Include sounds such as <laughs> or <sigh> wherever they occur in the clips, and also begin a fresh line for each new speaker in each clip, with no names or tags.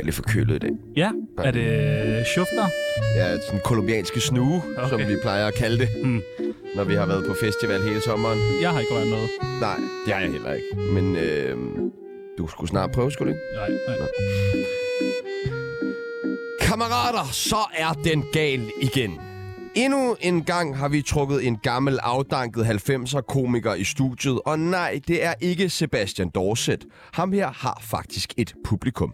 er lidt forkølet i dag.
Ja, er det øh, Schufter?
Ja, sådan kolumbianske snue, okay. som
Okay.
vi plejer at kalde det,
Mm.
når vi har været på festival hele sommeren.
Jeg har ikke rørt noget.
Nej, det har jeg heller ikke. Men øh, du skulle snart prøve, skulle du ikke?
Nej, nej.
Kammerater, så er den gal igen. Endnu en gang har vi trukket en gammel afdanket 90'er komiker i studiet, og nej, det er ikke Sebastian Dorset. Ham her har faktisk et publikum.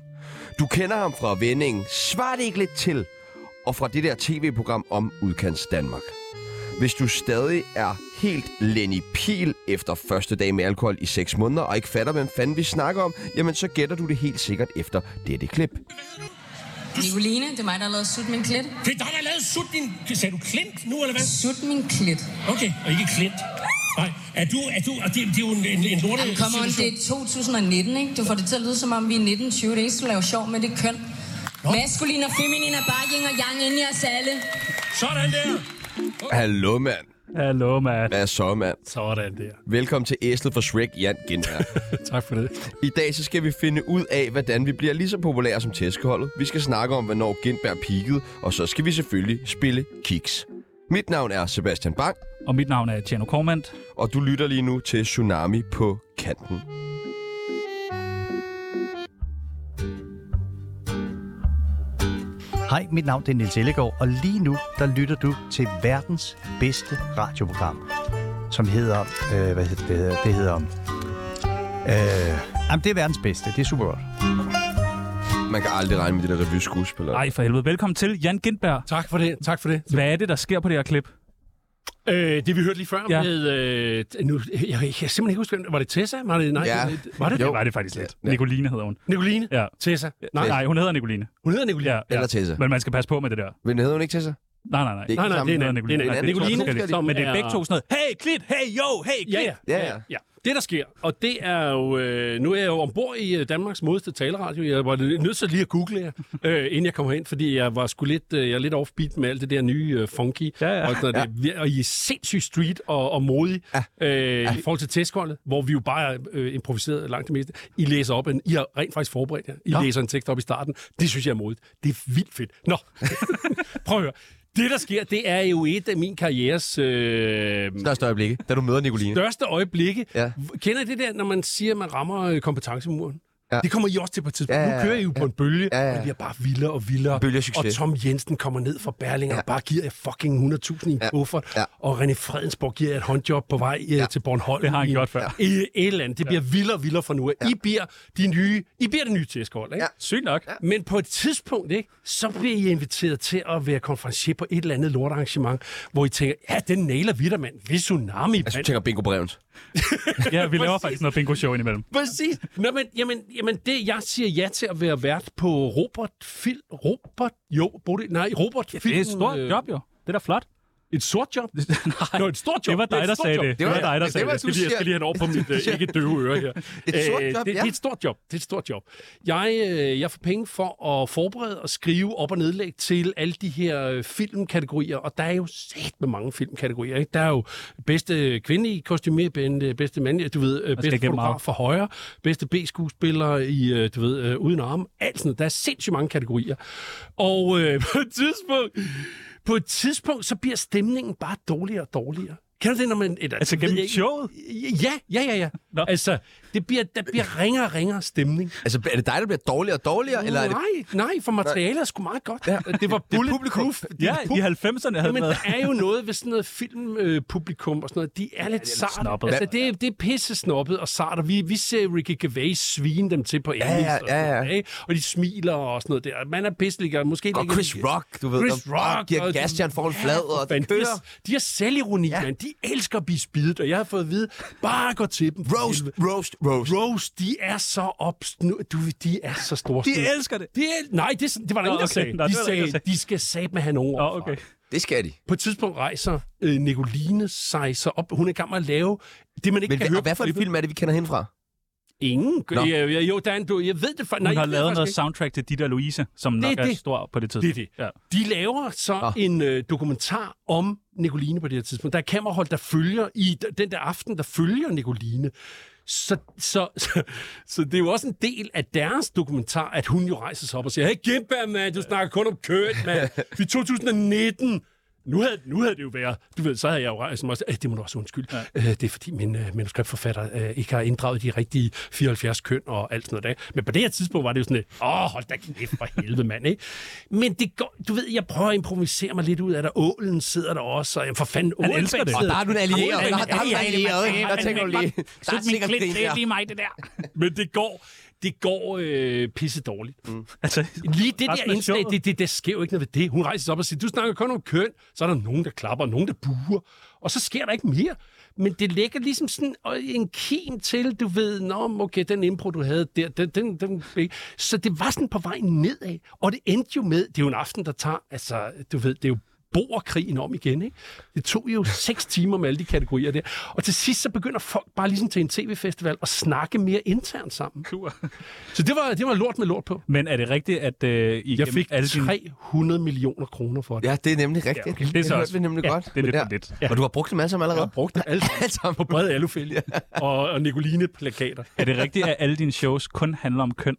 Du kender ham fra vendingen Svar det ikke lidt til, og fra det der tv-program om udkants Danmark. Hvis du stadig er helt Lenny Pil efter første dag med alkohol i 6 måneder, og ikke fatter, hvem fanden vi snakker om, jamen så gætter du det helt sikkert efter dette klip.
Nicoline, det er mig, der har lavet Sut min klit.
Det er dig, der har lavet sut din... Sagde du klint nu, eller hvad?
Sut min klit.
Okay, og ikke klint. Nej, er du... Er du og det, det er jo en, en, en lorte
Jamen, come on, det er 2019, ikke? Du får det til at lyde, som om vi er 1920. Det er ikke skal lave sjov med det køn. Maskulin og feminin er bare yin og yang inde i os alle.
Sådan der.
Hallo, mand.
Hallo, mand.
Hvad så, mand?
Sådan der.
Velkommen til Æslet for Shrek, Jan Gindberg.
Tak for det.
I dag så skal vi finde ud af, hvordan vi bliver lige så populære som tæskeholdet. Vi skal snakke om, hvornår Gindberg peakede, og så skal vi selvfølgelig spille kiks. Mit navn er Sebastian Bang,
Og mit navn er Tjerno Kormand.
og du lytter lige nu til Tsunami på kanten.
Hej, mit navn det er Nils Ellegaard, og lige nu der lytter du til verdens bedste radioprogram, som hedder... Øh, hvad hedder det? hedder? Det hedder... Øh, jamen, det er verdens bedste. Det er super godt.
Man kan aldrig regne med det der revyskuespiller.
Ej, for helvede. Velkommen til, Jan Gindberg.
Tak for det, tak for det.
Hvad er det, der sker på det her klip?
Øh, det vi hørte lige før
Ja.
ja. med... Øh, nu, jeg, jeg, kan simpelthen ikke huske, hvem- var det Tessa? Var det, nej,
Ja.
det, var det?
Jo.
Var det faktisk lidt.
Ja.
Nicoline hedder hun.
Nicoline?
Ja.
Tessa? Nej,
Nej, nej, hun hedder Nicoline.
hun hedder Nicoline.
Ja, ja.
Eller Tessa.
Men man skal passe på med det der.
Men hedder hun ikke til sig?
Nej, nej, nej.
Det er ikke
Nej, nej, det er en
Hun hedder
anden. Det er en
Nej,
anden.
det er to
Nicoline,
forskellige.
som
Men det er
er-
begge to sådan noget. Hey, klit! Hey, yo! Hey,
Ja,
klit!
ja.
Ja, ja.
ja. Det, der sker, og det er jo... Øh, nu er jeg jo ombord i øh, Danmarks modeste taleradio. Jeg var lidt- nødt til lige at google jer, øh, inden jeg kom herind, fordi jeg var sgu lidt, øh, jeg er lidt offbeat med alt det der nye øh, funky.
Ja, ja.
Og, sådan, noget. det, er vir- og I er sindssygt street og, og modig øh, i forhold til testkoldet, hvor vi jo bare øh, improviseret langt det meste. I læser op, en, I har rent faktisk forberedt jer. I ja. læser en tekst op i starten. Det synes jeg er modigt. Det er vildt fedt. Nå, <laughs> prøv at høre. Det, der sker, det er jo et af min karrieres øh,
Største øjeblikke, da du møder Nicoline.
største øjeblikke.
Ja.
Ja. Kender I det der, når man siger, at man rammer øh, kompetencemuren?
Ja.
Ja. Det kommer I også til på et tidspunkt.
Ja,
Ja,
ja, ja.
Nu kører I jo ja. på en bølge,
Ja,
ja,
ja, ja.
ja. og det bliver bare vildere og vildere.
Bølge af succes.
Og Tom Jensen kommer ned fra Berlinger ja. og bare giver jer fucking 100.000 i en
Ja,
ja. kuffert.
ja.
Ja. Og René Fredensborg giver jer et håndjob på vej ja. til Bornholm.
Det har han
i-
gjort før.
I, et eller andet. Det bliver vildere og vildere fra nu af. Ja. I bliver de nye, I bliver det nye tæskold, ikke?
Ja.
Ja.
Sygt nok.
Men på et tidspunkt, ikke, så bliver I inviteret til at være konferencier på et eller andet lortarrangement, hvor I tænker, ja, den nailer vi da, mand. Vi er tsunami, mand.
Altså, du tænker Bingo Brevens.
Ja, vi laver
Præcis.
faktisk noget bingo-show indimellem.
Præcis. Nå, men, jamen, jamen, det, jeg siger ja til at være vært på Robert Fil... Robert... Jo, Bodil, nej, Robert ja,
Det er et stort
Øh,
job, jo. Det er da flot.
Et sort job?
<laughs> Nej,
Det var et stort job.
Det var
Det er
dig,
et
der
stort
sagde
job.
det.
Det
Det
var-
var dig, der
det
sagde
var,
det. Jeg skal
du
lige- jeg
siger-
skal lige have den over på mit øh, ikke døve øre her.
Et sort
Øh,
job,
det,
ja.
det er et stort job. Det er et stort job. Jeg, øh, jeg får penge for at forberede og skrive op og nedlæg til alle de her øh, filmkategorier, og der er jo set med mange filmkategorier. Ikke? Der er jo bedste kvinde i kostyme, ben- øh, bedste mand, du ved, øh, bedste
igennem meget.
fotograf for højre, bedste B-skuespiller i, øh, du ved, øh, uden arme, alt sådan noget. Der er sindssygt mange kategorier. Og øh, <laughs> på et tidspunkt, på et tidspunkt, så bliver stemningen bare dårligere og dårligere. Kan du det, når man... Et,
Altså
ved jeg
gennem
ikke-
showet?
Ja, ja, ja, ja.
Nå.
Altså, det bliver, der bliver ringere og ringere stemning.
Altså, er det dig, der bliver dårligere og dårligere, eller er det...
Nej, nej, for materialet er sgu meget godt. Ja. Det var
er
bulletproof. Det
Ja,
er
i
pub-
90'erne havde
Jamen,
man...
der er jo noget ved sådan noget filmpublikum og sådan noget. De er lidt ja, sart.
snobbet.
Altså, det, er, det er pisse snobbet og sart, og vi, vi ser Ricky Gervais svine dem til på engelsk.
ja,
og sådan
ja, ja.
noget, ikke? Og de smiler og sådan noget der. Man er pisselikker. Måske
Og
ligger
Chris
de-
Rock, du ved,
Chris
der bare
Rock,
giver
og-
gasjern foran flad, og det
Fanden, de,
kører.
har, de har selvironi, ja. De elsker at blive spidet, og jeg har fået at vide, bare gå til dem.
Roast, roast, roast.
Rose, de er så opsnu... Du, de er så store.
De elsker det.
De el... Nej, det, er sådan- det var der
Nå,
ingen, der
okay.
sagde.
Nå, det
De
var der ingen, der
sagde,
sagde.
de skal sabe med have nogen
Åh,
overfra.
okay.
Det skal de.
På et tidspunkt rejser øh, Nicoline sig så op. Hun er i gang med at lave det, man ikke
Men
kan
hvad,
høre.
og hvad for en
på klippet.
film er det, vi kender hende fra?
Ingen.
Nå.
Ja, ja, jo, Dan, du, jeg ved det for...
Hun
jeg
har
ved
lavet
faktisk
noget
ikke.
soundtrack til Ditte og Louise, som nok
er
er,
det.
stor på det
Det er
tidspunkt.
det.
Ja.
De laver så
Nå.
en øh, dokumentar om Nicoline på det her tidspunkt. Der er kamerahold, der følger i d- den der aften, der følger Nicoline. Så, så, <laughs> så, så det er jo også en del af deres dokumentar, at hun jo rejser sig op og siger, hey Gimba, mand, du snakker kun om køn,
<laughs>
mand. Vi er 2019. Nu havde, nu havde det jo været, du ved, så havde jeg jo rejst mig og sagt, "Øh, det må du også undskylde. Ja. Øh, det er fordi min øh, manuskriptforfatter øh, ikke har inddraget de rigtige 74 køn og alt sådan noget der. Men på det her tidspunkt var det jo sådan et, åh, hold da kæft for helvede, mand, ikke? Men det går, du ved, jeg prøver at improvisere mig lidt ud af det. Ålen sidder der også, og jamen, for fanden, ålen
elsker det.
Og der er du en allieret. Der, der er du en allieret. Der tænker du lige, der er sikkert grin der.
mig,
<laughs>
det der.
Men det går, det går øh, pisse dårligt. Mm.
Altså,
Lige det
Resten
der
af
indslag,
showet.
det, det, der sker jo ikke noget ved det. Hun rejser sig op og siger, du snakker kun om køn. Så er der nogen, der klapper, og nogen, der buer. Og så sker der ikke mere. Men det lægger ligesom sådan øh, en kim til, du ved, nå, men okay, den impro, du havde der, den, den, den ikke?" Så det var sådan på vej nedad. Og det endte jo med, det er jo en aften, der tager, altså, du ved, det er jo borgerkrigen om igen, ikke? Det tog jo seks timer med alle de kategorier der. Og til sidst, så begynder folk bare ligesom til en tv-festival at snakke mere internt sammen. Så det var, det var lort med lort på.
men er det rigtigt, at øh, I
Jeg fik
alle dine-
300 millioner kroner for det.
Ja, det er nemlig rigtigt.
okay. Det er så
hørte
også-
vi nemlig
ja,
godt.
det er lidt
Men
for lidt.
Og du har brugt dem alle sammen allerede?
Jeg brugte <laughs> alt
Alt sammen.
på brede alufælge og, og Nicoline-plakater.
Er det rigtigt, at alle dine shows kun handler om køn?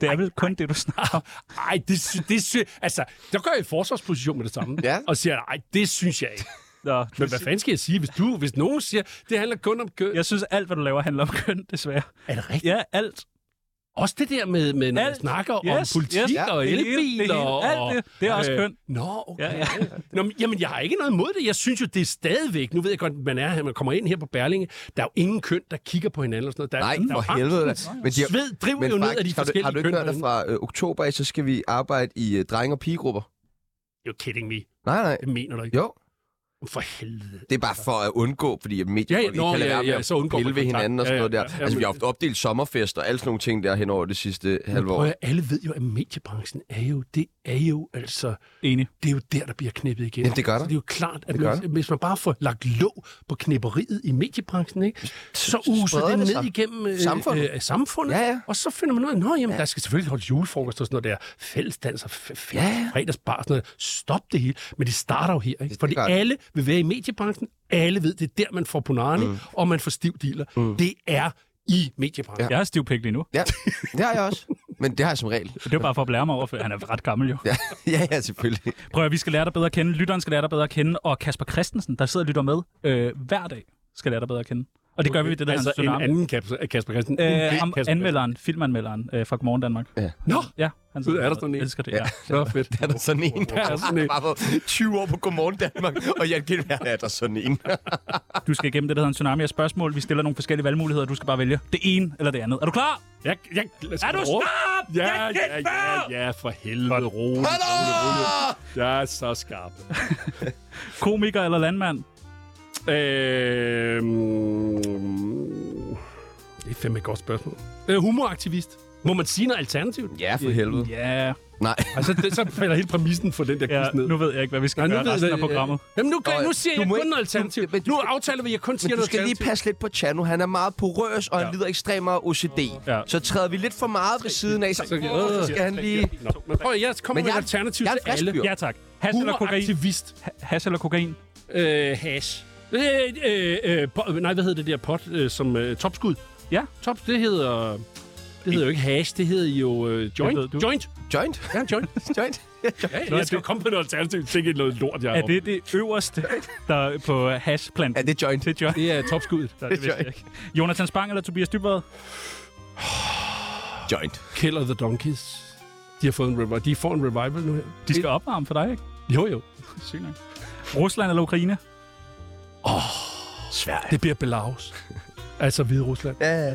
Det er vel kun det, du snakker om.
Ej, det, sy- det sy- altså, der går jeg i forsvarsposition med det samme.
Ja.
Og siger, nej, det synes jeg ikke. <laughs>
Nå,
Men hvad fanden skal jeg sige, hvis du, hvis nogen siger, det handler kun om køn?
jeg synes, alt, hvad du laver, handler om køn, desværre.
Er det rigtigt?
Ja, alt.
Også det der med, med når
Alt.
man snakker
Yes,
om politik
yes. Ja,
og
det hele, det hele.
elbiler. og- Øh,
Alt det. Det er også køn.
Nå, okay.
Ja, ja.
Nå, men, jamen, jeg har ikke noget imod det. Jeg synes jo, det er stadigvæk... Nu ved jeg godt, man er her, man kommer ind her på Berlinge. Der er jo ingen køn, der kigger på hinanden og sådan noget. Der, er-
Nej,
der er
for
jo
helvede da. Men de har-
Sved driver jo ned af de
har du,
forskellige
har du ikke
køn
hørt, at
derinde.
fra øh, oktober af, så skal vi arbejde i øh, drenge- og pigegrupper?
You're kidding me.
Nej, nej.
Det mener du ikke.
Jo,
For helvede.
det er bare for at undgå, fordi medier
Ja, ja,
ikke
nå,
kan lade
ja,
være med
ja,
at
så undgår
pille
man
ved
kontakt.
hinanden og sådan
Ja, ja,
noget der.
ja, ja,
altså, vi
men-
har haft opdelt sommerfest og alle sådan nogle ting der hen over det sidste halve
Prøv
år.
at, alle ved jo, at mediebranchen er jo, det er jo altså,
Enig.
det er jo der, der bliver knippet igen.
Jamen, det gør der.
Så det er jo klart, at
Det gør
man, hvis man bare får lagt låg på knipperiet i mediebranchen, ikke, så user
spreder det
det ned
sig.
igennem øh,
Samfundet.
Øh, samfundet.
Ja, ja.
Og så finder man ud af, at jamen, der skal selvfølgelig holdes julefrokost og sådan noget der, fællesdans og f- f-
ja.
fredagsbar og sådan noget. Stop det hele. Men det starter jo her, ikke?
det
Fordi
gør det.
alle vil være i mediebranchen. Alle ved, det er der, man får punani, mm. og man får stiv dealer. Mm. Det er i mediebranchen.
Jeg har stiv pik lige nu.
Ja, det har jeg også. Men det har jeg som regel.
Det er bare for at blære mig over, for han er ret gammel jo.
Ja, <laughs> ja, ja selvfølgelig.
Prøv at vi skal lære dig bedre at kende. Lytteren skal lære dig bedre at kende. Og Kasper Christensen, der sidder og lytter med øh, hver dag, skal lære dig bedre at kende. Og det gør vi ved det, der
altså
hedder
en
Tsunami.
anden Kasper, Kasper Christen.
Øh, ham, anmelderen, filmanmelderen øh, fra Godmorgen Danmark.
Nå,
Ja, han sidder
er der
og
sådan en?
elsker det. Ja.
<laughs>
Nå, fedt.
Er der sådan en?
Der er sådan en.
Bare på 20 år på Godmorgen Danmark, og Jan Gindberg er der sådan en.
Du skal igennem det, der hedder en tsunami af spørgsmål. Vi stiller nogle forskellige valgmuligheder, og du skal bare vælge det ene eller det andet. Er du klar?
Jeg, jeg, lad
Er du skarp?
Ja,
Jeg kan
ja, ja, ja, for helvede. Rolig, rolig, rolig. Jeg er så skarp.
Komiker eller landmand?
Øhm, det er fandme et godt spørgsmål. Øh, humoraktivist. Må man sige noget alternativt?
Ja, for helvede.
Ja,
Nej.
Altså, det, så falder hele præmissen for den der
ja
quiz ned.
nu ved jeg ikke, hvad vi skal Nej,
Nej, nu
gøre
ved
resten
jeg-
af programmet.
Jamen, nu,
Nå,
gør,
ja.
nu siger
Du
jeg
må
kun
ikke-
noget alternativ.
du- men du
Nu
skal-
aftaler vi, at jeg kun siger
Men du
noget
skal lige
alternativ.
passe lidt på Chano. Han er meget porøs, og han lider ekstremt meget OCD.
Ja.
Så træder vi lidt for meget ved siden af, så,
Øh,
så skal han lige...
Nå, men prøv, jeg kommer
Men
med et
jeg-
alternativ
jeg er en
til
frisk
alle.
fyr.
Ja, tak. Hash eller kokain?
Humoraktivist.
Ha- Hash eller kokain?
Øh, hash. Øh, øh, øh, po- nej, hvad hedder det der pot, øh, som øh, topskud?
Ja.
Top, det hedder... Det hedder jo ikke hash, det hedder jo øh, joint.
ved du.
Joint.
Joint?
Ja, joint.
Joint?
Ja, jeg skal komme på noget alternativ. Det er noget lort, jeg
Er det det øverste der på hashplanten?
Ja, det er joint.
Det er joint.
<laughs> Det er topskuddet.
Nå, det vidste jeg ikke. Jonathan Spang eller Tobias Dybvad?
Joint.
Killer the Donkeys. De har fået en revival. De får en revival nu her.
De skal opvarme for dig, ikke?
Jo, jo.
Sygt nok. Rusland eller Ukraine?
Sverige.
Det bliver <laughs> Belarus. altså Hvide Rusland.
Ja, ja.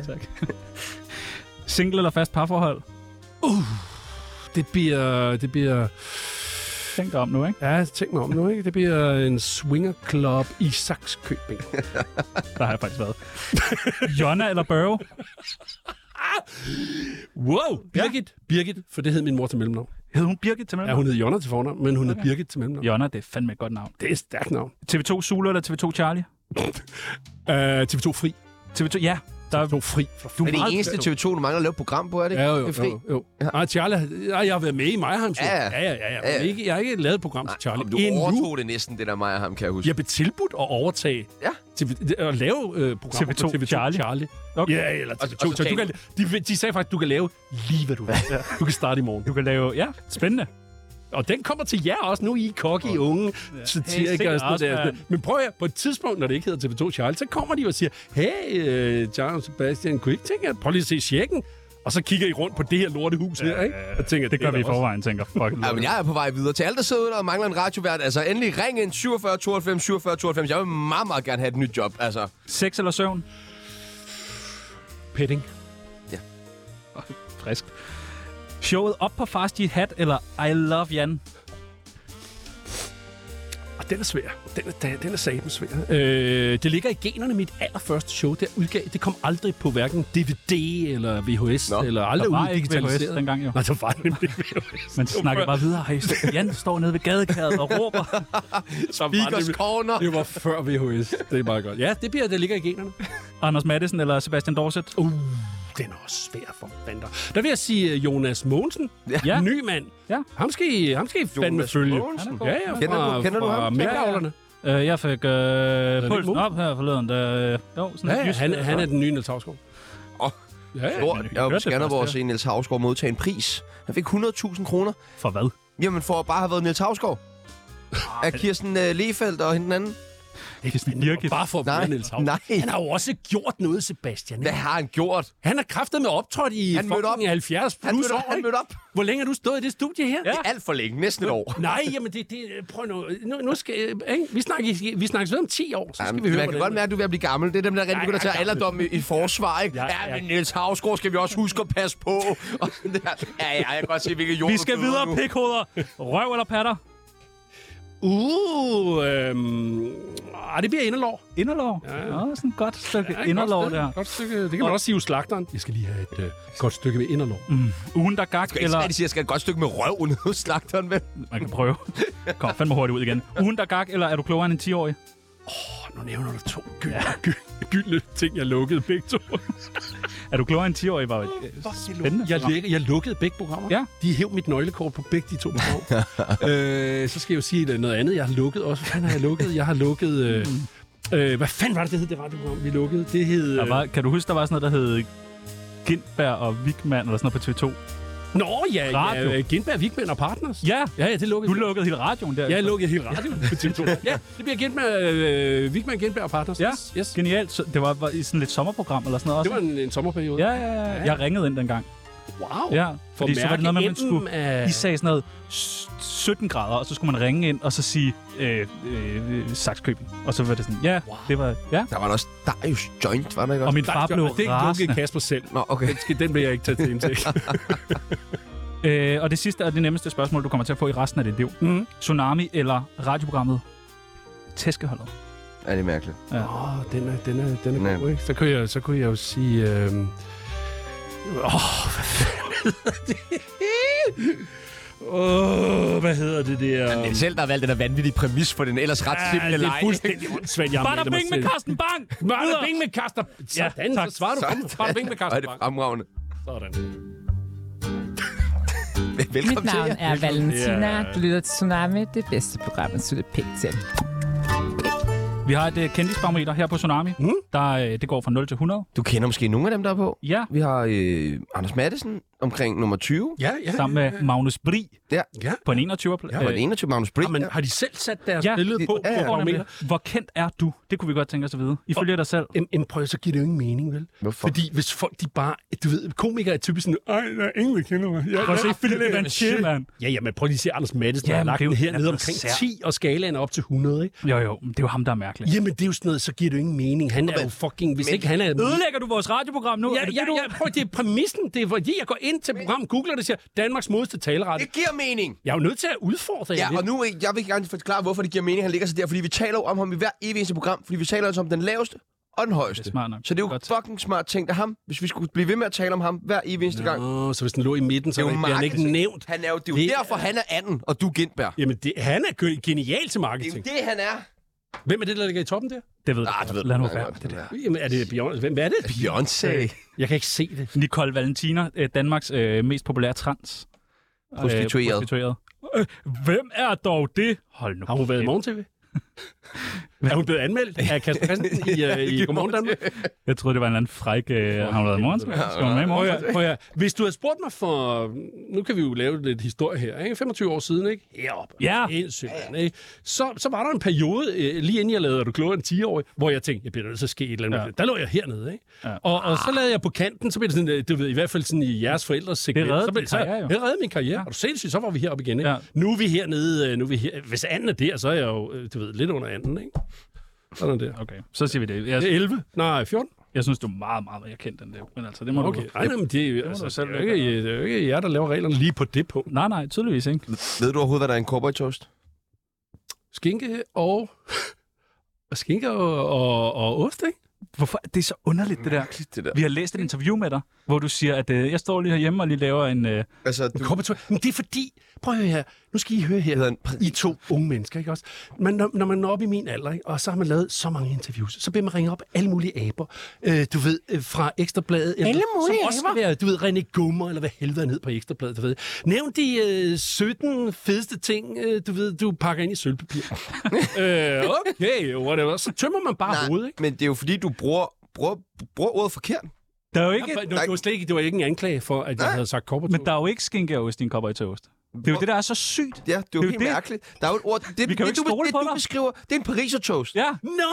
Single eller fast parforhold?
Det bliver... Det bliver...
Tænk dig om nu, ikke?
Ja, tænk mig om nu, ikke? Det bliver en swinger club i Saxkøbing.
Der har jeg faktisk
<laughs>
været. Jonna eller Børge?
Wow! Birgit. Birgit, for det hed min mor til mellemnavn.
Hed hun Birgit til
Ja,
mellemnavn?
hun hed Jonna til fornavn, men hun okay. hed Birgit til mellemnavn.
Jonna, det er fandme et godt navn.
Det er et stærkt navn.
TV2 Zulu eller TV2 Charlie?
Uh, Øh, TV2 Fri.
TV2, ja. Der-
TV2 fri. For du
Er det eneste TV2, du mangler at lave et program på, er det ikke?
Ja, jo, jo,
Det er fri.
jo, jo. Nej, Charlie, ja, jeg har været med i Meyerheim Show.
Ja,
Ja,
ja.
ja, ja. ja,
Ja,
ja.
ja.
Men ikke, jeg har ikke lavet et program til Charlie
Om du
endnu.
overtog det næsten, det der mig og ham, kan jeg huske.
Jeg blev tilbudt at overtage
Ja.
TV, at lave øh, programmer
TV2
på TV2
Charlie.
Charlie.
Okay.
Ja, eller
Og-
TV2
og så
Charlie. Du kan, de, de sagde faktisk, du kan lave lige, hvad du vil. Du kan starte i morgen.
Du kan lave... Ja, spændende.
Og den kommer til jer også. Nu er I kokke i unge satirikere
Hey,
og sådan noget der.
Sebastian.
Men prøv at høre, på et tidspunkt, når det ikke hedder TV2 Charlie, så kommer de og siger, hey, øh, John Sebastian, kunne I ikke tænke jer, prøv lige at se checken? Og så kigger I rundt på det her lortehus her, ikke? Og tænker,
Det gør
er
vi i
da også-
forvejen, tænker fuck.
Ja, men jeg er på vej videre. Til alle, der sidder ude og mangler en radiovært, altså endelig ring ind 47 92 47 92. Jeg vil meget, meget gerne have et nyt job, altså.
Sex eller søvn?
Petting. <laughs>
Frisk. Showet op på Fars Hat eller I Love Jan?
Og den er svær. Den er, den er satans svær. Øh, det ligger i generne. Mit allerførste show, der udgav, det kom aldrig på hverken DVD eller VHS,
Nå.
Nå. eller aldrig
Der var
ud
ikke
digitaliseret.
VHS dengang, jo.
Nej, der var nemlig
<laughs>
VHS.
Man snakker bare videre. Hey, Jan står nede ved gadekæret og råber.
Beakers
Speakers
Corner.
det var før VHS. Det er meget godt. Ja, det bliver, det ligger i generne.
Anders Madsen eller Sebastian Dorset?
Uh, den er også svær for fanden. Der vil jeg sige øh, Jonas Mogensen.
Ja.
Ny mand.
Ja.
Ham skal I, ham skal I fandme
Jonas
følge.
Mogensen?
Ja, ja, fra,
Kender du- kender du
fra
ham?
Minkavlerne.
Øh, jeg fik øh,
ikke
pulsen
Mogensen?
op her forleden. Da, øh, jo, sådan
Ja,
en
ja,
jysk,
han,
øh,
han er den nye Niels Hausgaard.
Åh.
Ja, ja.
Lort. Jeg var på
hørte det
Skanderborg og
først,
se Niels Havsgaard modtage en pris. Han fik 100.000 kroner.
For hvad?
Jamen, for at bare have været Niels Havsgaard.
Ah,
Af Kirsten uh, Lefeldt og hende den anden.
Kirsten Birgit.
Bare for at
Nej,
blive Niels Haug.
nej.
Han har jo også gjort noget, Sebastian.
Hvad
ikke?
har han gjort?
Han har kraftet med optrådt i
Han mødte op.
fucking 70 plus
Han mødte,
år.
op, han
ikke?
mødte op.
Hvor længe har du stået i det studie her?
Det er alt for længe. Næsten et år.
Nej, jamen det, det prøv nu, nu, nu skal, ikke? vi snakker, vi snakker ved om 10 år, så skal
Jamen,
vi høre,
man kan godt mærke, at du er ved at blive gammel. Det er dem, der rigtig
Ja,
begynder at
jeg er
tage
gammel.
alderdom i, i forsvar, ikke? Ja,
Ja,
ja,
ja.
men Niels Havsgaard skal vi også huske at passe
<laughs>
på. Og sådan der. Ja, ja, jeg kan godt se, hvilke jord
Vi
du
skal
føder
videre,
nu.
pikhoveder. Røv eller patter?
Uh, øhm, ah, det bliver inderlår.
Inderlov. Ja, sådan et godt stykke
Ja,
ja,
et
inderlov
godt stykke,
der.
Godt stykke, det kan man også sige hos slagteren. Jeg skal lige have et øh, godt stykke med inderlår.
Mm. Ugen der gak,
Jeg kan ikke
eller...
rigtig sige, at jeg skal et godt stykke med røven ud hos slagteren, vel?
Man kan
<laughs>
prøve. Kom fandme hurtigt ud igen. Ugen der gak, eller er du klogere end en 10-årig?
Oh, nu nævner du to gyldne, ja. gyldne ting, jeg lukkede begge to.
<laughs> Er du klogere end en 10-årig? Var jo et, øh, spændende.
Jeg, læg, jeg lukkede begge programmer.
Ja.
De hæv mit nøglekort på begge de to programmer. øh, så skal jeg jo sige øh, noget andet. Jeg har lukket også. Hvad fanden har jeg lukket? Jeg har lukket... Øh, øh, hvad fanden var det, det hed, det radioprogram, vi lukkede? Det hed...
Der
Øh,
var, kan du huske, der var sådan noget, der hed Gindberg og Wigman, eller sådan noget på TV2?
Nå, ja,
Radio.
ja øh, Gindberg, Wigman og Partners.
Ja,
Ja, ja, det lukkede
du lukkede hele radioen der.
Jeg lukkede hele radioen på
<laughs>
TV2. ja, det bliver Gindberg, øh, Wigman, Gindberg og Partners.
Ja,
Yes, yes.
genialt. Så det var, var i sådan lidt sommerprogram eller sådan noget
Det var
også.
en, en sommerperiode.
Ja, ja, ja. Jeg ringede ind dengang.
Wow.
Ja,
For
fordi så var det noget med, at man
mærke
skulle...
enden af-
De sagde sådan noget s- 17 grader, og så skulle man ringe ind og så sige øh, øh, Saxkøbing. Og så var det sådan, ja, wow. det var... Ja.
Der var der også Darius Joint, var der ikke
Og
også?
min far blev
Det lukkede
rasende.
Kasper selv.
Nå, okay.
Den, skal, den bliver jeg ikke taget til indtægt.
Øh, og det sidste og det nemmeste spørgsmål, du kommer til at få i resten af dit liv.
Mhm.
Mm. Tsunami eller radioprogrammet Tæskeholdet?
Ja, det er mærkeligt.
Åh, oh, den er, den er, den
Nej.
er god, ikke? Så kunne jeg, så kunne jeg jo sige... Øh... Åh, oh, hvad hedder det? Åh, oh, hvad hedder det der?
Det er selv, der har valgt den der vanvittige præmis for den ellers ret
Ah,
simple
det er
leg.
fuldstændig åndssvagt, jeg
Var der penge med Carsten Bang?
Var der bing med Kaster? Sådan,
tak.
så
<laughs>
svarer du. på- Var der bing med
Og er
Kaster?
det
Bang?
fremragende.
Sådan.
Velkommen
Mit
til
navn
jer.
er Valentina. Du lytter til Tsunami, det bedste program, man synes pænt til.
Vi har et uh, kendisbarometer her på Tsunami. Mm.
Mhm.
Der, uh, det går fra 0 til 100.
Du kender måske nogle af dem, der er på.
Ja,
Vi har øh, Anders Madsen omkring nummer 20.
Ja, ja.
sammen med Magnus Bri
Ja.
Ja.
på en øh, 21. pl-
Ja, og den 21, Magnus Brink.
Men har de selv sat deres
Ja.
billede Altså, på?
Ja, ja.
på
Hvor,
barometer?
nemlig, hvor kendt er du? Det kunne vi godt tænke os at vide. Ifølge dig selv.
Jamen, jamen, prøv at- så giver det jo ingen mening, vel?
Hvorfor?
Fordi hvis folk, de bare... Du ved, komikere er typisk sådan... Ej, der er ingen, der kender mig. Jeg,
Prøv at
jeg-
se Philip Van Chiel, mand.
Ja, ja, men prøv lige at se Anders Madsen,
Ja,
der har
men
lagt
det er
den
jo-
hernede
han er
omkring
sær.
10, og skalaen er op til 100, ikke?
Jo, jo, men det er jo ham, der er mærkelig.
Jamen, det er jo sådan noget, så giver det jo ingen mening. Han er jo fucking... Hvis ikke han er...
Ødelægger du vores radioprogram nu?
Ja,
Er det
ja,
det, du-
ja, prøv, det er præmissen. Det er fordi, jeg går ind til programmet, googler det og siger, Danmarks modeste talerette.
Det giver mening.
Jeg er jo nødt til at udfordre jer
Ja,
lidt.
og nu øh, jeg vil gerne forklare, hvorfor det giver mening, han ligger sig der. Fordi vi taler jo om ham i hver evig eneste program. Fordi vi taler altså om den laveste og den højeste.
Det er smart nok.
Så det er jo
Godt.
fucking smart tænkt af ham, hvis vi skulle blive ved med at tale om ham hver evig eneste gang.
Åh, så hvis den lå i midten, så
Det er jo
bliver han ikke
marketing.
nævnt.
Han er jo, det er jo
Det
derfor, han er anden, og du er Gindberg.
Jamen, det, han er gø- genial til
Det er jo
marketing.
det, han er.
Hvem er det, der ligger i toppen der?
Det ved
Ah,
du.
det ved
Lad
du
nu
godt,
være.
godt,
med Det der.
Jamen, er det Beyoncé? Hvem er det?
Beyoncé.
Jeg kan ikke se det.
Nicole Valentina, øh, Danmarks øh, mest populære trans. øh,
Prostitueret.
prostitueret. Øh, hvem er dog det? Hold nu.
Har hun været i
kæft.
morgen-tv? er hun blevet anmeldt af Kasper Christensen i, uh, i Godmorgen Danmark?
Jeg troede, det var en eller anden fræk... Øh, har hun været i morgen? Skal hun med i
Prøv
morgen?
at, høre, prøv at, høre. Hvis du havde spurgt mig for... Nu kan vi jo lave lidt historie her, ikke? 25 år siden, ikke? Heroppe.
Ja.
Indsyn, ikke? Så, så var der en periode, øh, lige inden jeg lavede Er du klogere end 10 år, hvor jeg tænkte, jeg bliver nødt til at ske et eller andet.
Ja.
Ja. Der lå jeg hernede, ikke?
Ja. Ah.
Ja. Og, og så lavede jeg på kanten, så blev det sådan, øh, du ved, i hvert fald sådan i jeres forældres segment.
Det reddede
så blev,
din karriere, jo.
så, Det reddede min karriere.
Ja.
Ja. Og sindssygt, så var vi heroppe igen, ikke?
Ja.
Ja. Nu er vi hernede, øh, nu er vi her. Hvis anden er der, så er jeg jo, øh, du ved, lidt under anden, ikke? Sådan der.
Okay, så siger vi det. Jeg,
11? Nej, 14.
jeg synes, du er meget, meget mere kendt end det. Men altså, det må
Okay.
du...
Ej, nej, men det, er jo-
må
altså,
du
det, er
selv
jo ikke, det er jo ikke jer, der laver reglerne lige på det punkt.
Nej, nej, tydeligvis ikke.
Ved du overhovedet, hvad der er en cowboy toast?
Skinke og... og skinke og, og, og ost, ikke?
Hvorfor? Det er så underligt, det der.
Det der.
Vi har læst et interview med dig, hvor du siger, at øh, jeg står lige herhjemme og lige laver en... Øh,
Altså, du
Kompetor. Men det er fordi... Prøv at høre her. Nu skal I høre her. I to unge mennesker, ikke også? Men når, når man når op i min alder, ikke? og så har man lavet så mange interviews, så bliver man ringet op af alle mulige aber. Øh, du ved, øh, fra Ekstrabladet. Eller, alle mulige som også skal være, du ved, René Gummer, eller hvad helvede er ned på Ekstrabladet, du ved. Nævn de øh, 17 fedeste ting, øh, du ved, du pakker ind i <laughs> sølvpapir. øh, okay, whatever. Så tømmer man bare Nej. hovedet, ikke?
Men det er jo fordi, du bruger, bruger, bruger ordet forkert.
der er jo
Ikke,
ikke,
det, var, det, var slet ikke, det var ikke en anklage for, at jeg havde sagt korporativ.
men der er jo ikke skinkeost i en cowboy toast. Det er jo det, der er så sygt.
Ja, det er jo
Det er jo
helt
det.
mærkeligt. Der er jo et ord... Det,
Vi kan jo
det, du,
ikke stole
det,
på
du
dig.
beskriver, det er en pariser toast.
Ja,
No!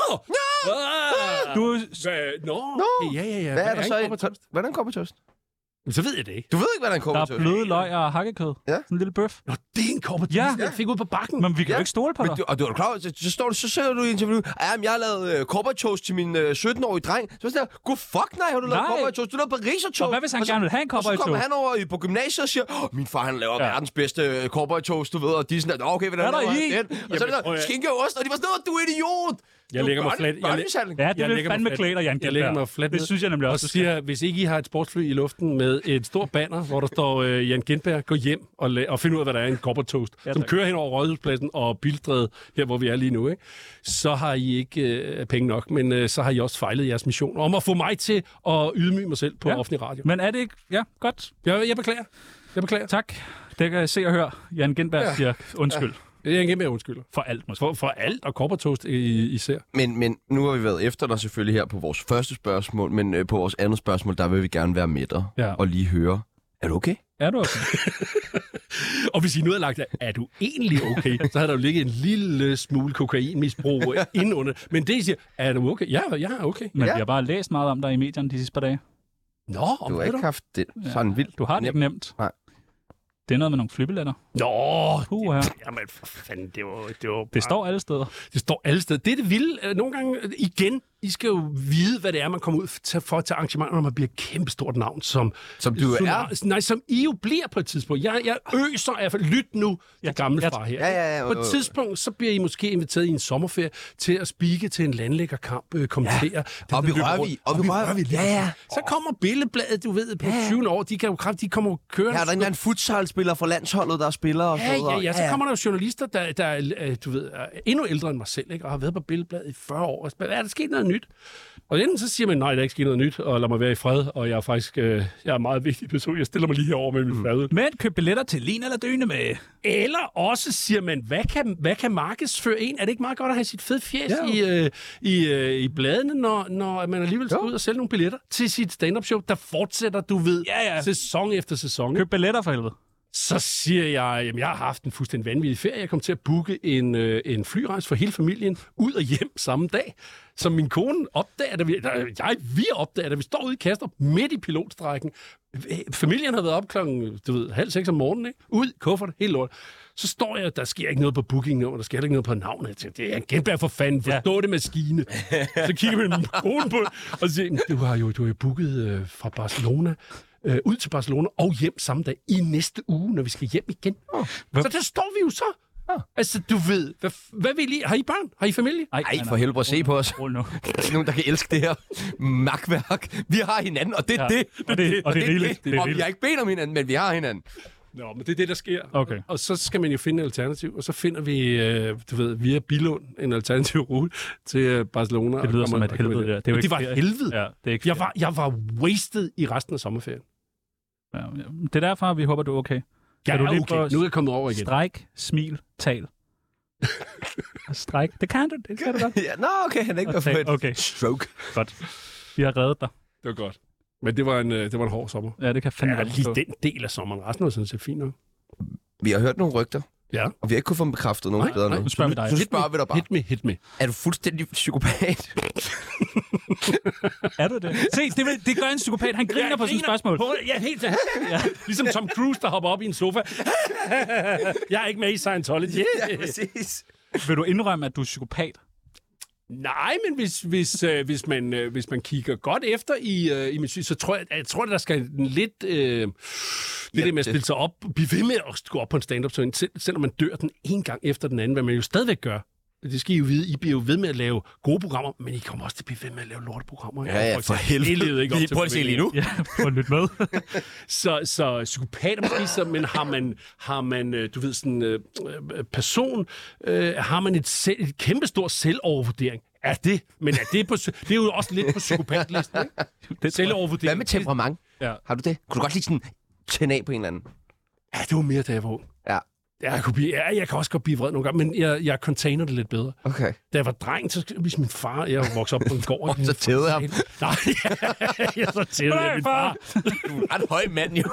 No! Ah!
du,
Hvad? Nå,
Nå.
okay, ja, ja, ja.
Hvad er der så?
ikke
i-
cowboy toast?
Hvad er en cowboy toast?
Men Så ved jeg det ikke.
Du ved ikke, hvad der er en
der
cowboy
er
toast.
bløde løg og hakkekød.
Ja.
Sådan en lille bøf.
Nå, det er en cowboy
Ja.
toast, jeg fik ud på bakken.
Men vi kan
Ja,
jo ikke stole på
Men
dig.
du, og du er du klar, over, så, så, står du, så sidder du i interview, ja, men jeg har lavet øh, cowboy toast til min øh, 17-årige dreng. Så er jeg sådan der, god fuck nej, har du lavet
Nej.
cowboy toast? Du lavede pariser toast.
Og hvad hvis han
så-
gerne vil have en
Og så
cowboy
kommer
toast?
han over i- på gymnasiet og siger, oh, min far han laver
Ja.
ja. verdens bedste øh, cowboy toast, du ved, og de er sådan, "Nå, okay, hvordan
Hvad er der
laver
i?
han den? Og så er
Jamen,
det
prøv
der,
at-
skinke og ost, og de var sådan, "Åh, du er idiot. Det er jo
lægger mig
børne-
flat. Jeg læ-
børnemishandling.
Ja, det
Jeg
vil
lægger
fandme
mig
klæde dig, Jan
Jeg lægger mig
Gindberg.
fladt
Det
ned
synes jeg nemlig
Og
også,
så
du skal.
siger, jeg, hvis ikke I har et sportsfly i luften med et stort banner, hvor der står øh, Jan Gindberg, gå hjem og, la- og find ud af, hvad der er i en cowboy toast,
Ja,
ja, som
tak.
kører hen over Rådhuspladsen og Bildstræde, her hvor vi er lige nu, ikke? så har I ikke øh, penge nok, men øh, så har I også fejlet jeres mission om at få mig til at ydmyge mig selv på
Ja.
ja. offentlig radio.
Men er det ikke... Ja, godt.
Jeg, jeg beklager. Jeg beklager.
Tak. Det kan jeg se og høre. Jan Gindberg ja.
Ja.
siger undskyld ja.
Det er en kæmpe undskyld.
for alt, måske.
For, for alt og cowboy toast i- især.
Men, men nu har vi været efter dig selvfølgelig her på vores første spørgsmål, men øh, på vores andet spørgsmål, der vil vi gerne være med dig
Ja.
og lige høre, er du okay?
Er du okay?
Og hvis I nu havde lagt, er du egentlig okay, <laughs> så havde der jo ligget en lille smule kokainmisbrug ind under. det. Men det, I siger, er du okay? Ja, ja, okay.
Men ja.
Ja.
vi har bare læst meget om dig i medierne de sidste par dage.
Nå,
Du har
ved
ikke haft det sådan vildt.
Du har det ikke nemt.
Nej.
Det er noget med nogle flybilletter.
Nå,
Puh, ja.
jamen for fanden, det var, det var
Det står alle steder.
det står alle steder. Det er det vilde. Øh, Nogle gange, øh, igen, I skal jo vide, hvad det er, man kommer ud til- for til arrangementer, når man bliver et kæmpestort navn, som...
Som du
Tsunami-
er.
Nej, som I jo bliver på et tidspunkt. Jeg, jeg øser af... Lyt nu
Jeg-
til gamle
jeg-
far her.
Ja, ja, ja.
På et tidspunkt, så bliver I måske inviteret i en sommerferie til at spike til en landlæggerkamp, øh, kommentere. Ja.
Op i Rørvig. Op i Rørvig. Ja, ja.
Så kommer Billebladet, du ved, på ja. 20 år. De kan jo kraft, de kommer kørende.
Her er der en eller anden futsalspiller fra landsholdet, der spiller og
Ja,
så
ja, ja. Så kommer der jo journalister, der, der er, øh, du ved, er endnu ældre end mig selv, ikke? og har været på Billedbladet i 40 år. Og spørger, er der sket noget nyt? Og enten så siger man, nej, der er ikke sket noget nyt, og lad mig være i fred, og jeg er faktisk øh, jeg er en meget vigtig person. Jeg stiller mig lige herover med min mm. fadøl.
Men køb billetter til Lina eller Døne med.
Eller også siger man, hvad kan, hvad kan markedsføre en? Er det ikke meget godt at have sit fede fjes ja. i, øh, i, øh, i bladene, når, når man alligevel skal ud og sælge nogle billetter til sit stand-up show, der fortsætter, du ved,
Ja, ja.
sæson efter sæson?
Køb billetter for helvede.
Så siger jeg, at jeg har haft en fuldstændig vanvittig ferie. Jeg kom til at booke en, øh, en flyrejse for hele familien ud og hjem samme dag. Som min kone opdager, da vi, da, jeg, vi opdager, da vi står ude i Kastrup midt i pilotstrækken. Øh, Familien havde været op klokken, du ved, halv seks om morgenen, ikke? Ud, kuffert, helt lort. Så står jeg, der sker ikke noget på booking og der sker heller ikke noget på navnet. Jeg tænker, det er en genbær for fanden, forstå ja. det maskine. Så kigger min kone på og siger, "Men du har jo, du har jo booket øh, fra Barcelona øh, ud til Barcelona og hjem samme dag i næste uge, når vi skal hjem igen. Oh. Så der står vi jo så. Oh. Altså, du ved, hvad, f- hvad vil I? Har I børn? Har I familie?
Ej, for helvede, at se på os.
Rul nu.
Der er nogen, der kan elske det her magtværk. Vi har hinanden, og det er
Ja.
det.
Og det- og det er rigeligt. Det er
Og vi
rigeligt.
har ikke bedt om hinanden, men vi har hinanden.
Nå, men det er det, der sker.
Okay.
Og så skal man jo finde et alternativ, og så finder vi, øh, du ved, via Bilund en alternativ rute til øh, Barcelona.
Det lyder
og
som
kommer-
et
og kommer
helvede, det
ind.
der. Det er jo
Men
ikke
det var
ferie.
helvede.
Ja, det er ikke
Jeg var, jeg var wasted i resten af sommerferien.
Ja, ja. Det er derfor, vi håber, du er okay.
Jeg
Kan du
er
lige
okay.
prøve at-
Nu er jeg kommet over igen.
Stræk, smil, tal. Stræk. Det kan du, det kan du
<laughs>
godt.
Ja, nå, okay, han er ikke
Okay,
perfekt.
okay.
Stroke.
godt. Vi har reddet dig.
Det var godt. Men det var en, øh, det var en hård sommer.
Ja, det kan jeg fandme
Ja,
godt
lige
forstå.
den del af sommeren. Resten var sådan set fint nok.
Vi har hørt nogle rygter,
Ja.
og vi har ikke kunnet få dem bekræftet nogen
Nej,
steder
nej,
nu.
Nu spørger vi dig.
Så spørger vi dig bare,
Hit me, hit me.
er du fuldstændig psykopat?
Er du det? Se, det, vil, det gør en psykopat. Han griner på sine spørgsmål.
Ja,
<laughs>
helt ja. Ligesom Tom Cruise, der hopper op i en sofa. <laughs> jeg er ikke med i Scientology. Yeah.
præcis.
Vil du indrømme, at du er psykopat?
Nej, men hvis, hvis, øh, hvis, man, øh, hvis man kigger godt efter i, øh, i min syn, så tror jeg, jeg tror, der skal en lidt... Øh, det der med at spille sig op, blive ved med at gå op på en stand-up, scene, selv, selvom man dør den ene gang efter den anden, hvad man jo stadigvæk gør. Det skal I jo vide. I bliver jo ved med at lave gode programmer, men I kommer også til at blive ved med at lave lorteprogrammer.
Ja, ja, for helvede.
Det levede ikke op
Lige-
til
prøv at se lige nu.
Ja, prøv at lytte med.
så, så psykopater måske, så, men har man, har man øh, du ved, sådan øh, øh, person, øh, har man et, selv, et kæmpe stort selvovervurdering. Er det? Men er det, på, det er jo også lidt på psykopatlisten, ikke? <laughs> Det selvovervurdering.
Hvad med temperament?
Ja.
Har du det? Kunne du godt lige sådan tænde af på en eller anden?
Ja, det var mere, da jeg var ung.
Ja.
Ja, jeg, kunne blive, ja, jeg kan også godt blive vred nogle gange, men jeg, jeg container det lidt bedre.
Okay.
Da jeg var dreng, så hvis min far... Jeg voksede op på en
<laughs>
gård.
så tædede jeg ham.
<laughs> Nej, ja, jeg så tævede jeg min far.
Du er en ret høj mand, jo.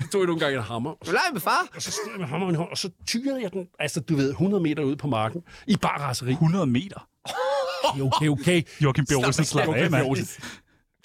Så tog jeg nogle gange en hammer,
Du leger med far.
og så stod jeg med hammeren i hånden, og så tyrede jeg den, altså du ved, 100 meter ud på marken, i bare raseri.
100 <laughs> meter.
Okay, okay, okay.
Joachim B. Olsen slap af,
Joachim B.
mand.
Olsen.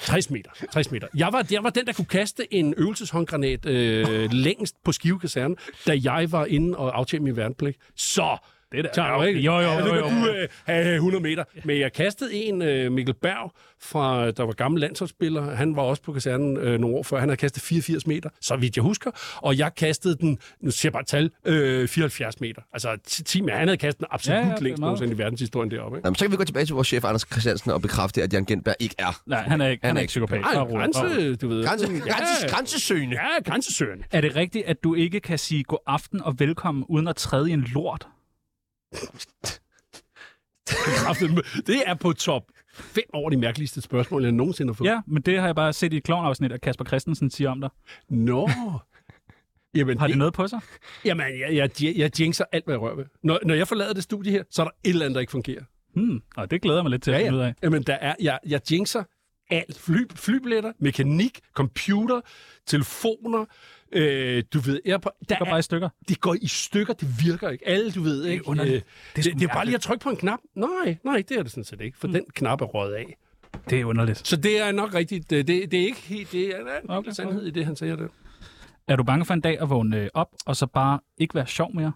60 meter, 60 meter. Jeg var, jeg var den, der kunne kaste en øvelseshåndgranat øh, længst på Skive Kaserne, da jeg var inde og aftjente min værnepligt. Så! Det der. Klar, okay.
Jo, jo,
Ja, nu
jo,
kan
jo.
Du, øh, have 100 meter. Men jeg kastede en, øh, Mikkel Berg, fra, der var gammel landsholdsspiller. Han var også på kasernen øh, nogle år før. Han havde kastet 84 meter, så vidt jeg husker. Og jeg kastede den, nu siger jeg bare et tal, øh, 74 meter. Altså 10 10 meter. Han havde kastet den absolut
Ja,
ja,
ja,
ja,
det er
længst
meget.
nogensinde i verdenshistorien deroppe. Ikke?
Nå, men så kan vi gå tilbage til vores chef, Anders Christiansen, og bekræfte, at Jan Gentberg ikke er.
Nej, han er ikke, han er ikke psykopat.
Ej,
Bare rolig, bare rolig.
grænse, du ved.
Grænse,
ja,
grænse, grænsesøgende.
ja, grænsesøgerne.
Er det rigtigt, at du ikke kan sige god aften og velkommen, uden at træde i en lort?
Kraftedeme. Det er på top 5 over de mærkeligste spørgsmål, jeg nogensinde har fået.
Ja, men det har jeg bare set i et klovnafsnit, at Kasper Christensen siger om dig.
Nå. Jamen,
Har det noget på sig?
jamen jeg, jeg, jeg, jeg jinxer alt, hvad jeg rører ved. Når, når jeg forlader det studie her, så er der et eller andet, der ikke fungerer.
Hmm. Nå, det glæder jeg mig lidt til at finde ud af.
Jamen, der er, jeg, jeg jinxer alt. Fly, flybilletter, mekanik, computer, telefoner, øh, du ved, jeg er på, der
Det går bare i stykker.
det går i stykker, det virker ikke. Alle, du ved, ikke?
underligt.
Øh,
Det er
det,
sgu
det, det er bare
mærkeligt.
lige at trykke på en knap. Nej, nej, det er det sådan set ikke, for mm. den knap er røget af.
Det er underligt.
Så det er nok rigtigt. Det, det, det er ikke helt... Det er der er en
Okay,
okay, sandhed i det, han siger det.
Er du bange for en dag at vågne øh, op, og så bare ikke være sjov mere?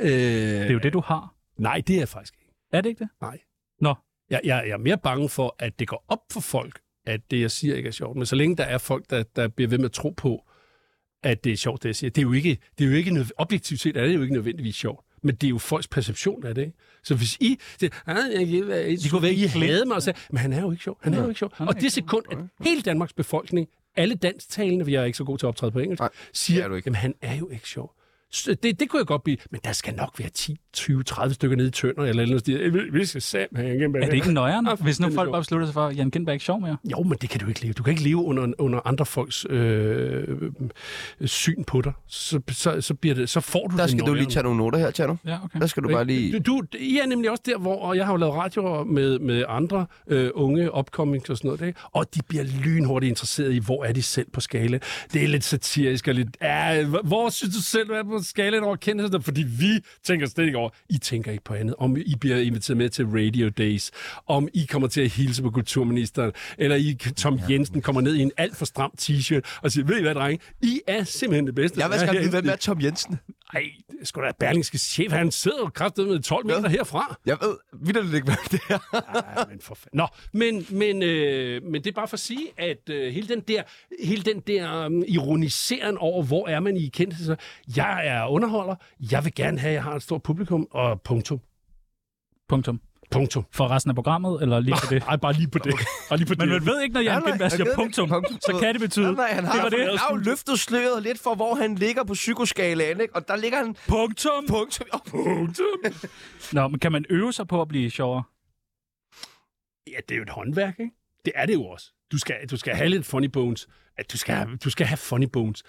Øh,
Det er jo det, du har.
Nej, det er jeg faktisk ikke.
Er det ikke det?
Jeg, jeg, jeg er mere bange for, at det går op for folk, at det, jeg siger, ikke er sjovt. Men så længe der er folk, der, der bliver ved med at tro på, at det er sjovt, det jeg siger. Det er jo ikke... Det er jo ikke nød- objektivt set er det jo ikke nødvendigvis sjovt. Men det er jo folks perception af det, ikke? Så hvis I... Det, ah, jeg, jeg, jeg, de kunne være, I havde mig og sagde, men han er jo ikke sjov. Han er jo ikke sjov.
er
Og
ikke
det sekund, at hele Danmarks befolkning, alle dansktalende, vi er ikke så gode til at optræde på engelsk,
Nej, det
siger,
er du ikke.
jamen han er jo ikke sjov. Så Det, det kunne jeg godt blive, men der skal nok være 10, 20, 30 stykker nede i tønder, eller eller andet. Vi skal Sam have igen.
Er det ikke nøjeren,
Ah,
hvis nu
fuldstændig
folk
sjov.
bare beslutter sig for, at Jan Gindberg er ikke sjov mere?
Jo, men det kan du ikke leve. Du kan ikke leve under, under andre folks øh, øh, syn på dig. Så, så, så, bliver det, så får du
Der
det
skal du lige
nøjeren.
tage nogle noter her, Tjerno.
Ja, okay.
Der skal du bare lige...
Du, du, I er nemlig også der, hvor og jeg har jo lavet radioer med, med andre øh, unge upcomings og sådan noget, ikke? og de bliver lynhurtigt interesseret i, hvor er de selv på skala. Det er lidt satirisk og lidt, ja, hv- hvor synes du selv, du er på skalaen over kendelse? Fordi vi tænker slet ikke over, I tænker ikke på andet. Om I bliver inviteret med til Radio Days, om I kommer til at hilse på kulturministeren, eller I, Tom Jensen kommer ned i en alt for stram t-shirt og siger, ved I hvad, drenge, I er simpelthen det bedste.
Jeg vil også
der er
gerne vide,
herinde."
hvem er Tom Jensen?
Ej, det er sgu da Berlingske chef, han sidder jo kraftedet med 12 meter herfra.
Jeg ved vildt ikke, hvem det er.
Ej, men for fanden. Nå, men, men, øh, men det er bare for at sige, at øh, hele den der, hele den der um, ironiseren over, hvor er man i kendelse, så jeg er underholder, jeg vil gerne have, at jeg har et stort publikum, og punktum.
Punktum.
Punktum.
for resten af programmet, eller lige for det?
Ej, bare lige på det. Bare <laughs> lige på
Men
det.
man ved ikke, når Jan
Nej, nej,
Gindberg
jeg
siger
ved det.
punktum, så kan det betyde,
Nej, nej, han har,
det var det.
Han har jo løftet sløret lidt for, hvor han ligger på psykoskalaen, ikke? Og der ligger han
Punktum!
punktum. <laughs> Oh, punktum.
Nå, men kan man øve sig på at blive sjovere?
Ja, det er jo et håndværk, ikke? Det er det jo også. Du skal, du skal have lidt funny bones. Ja, Du skal, have- du skal have funny bones.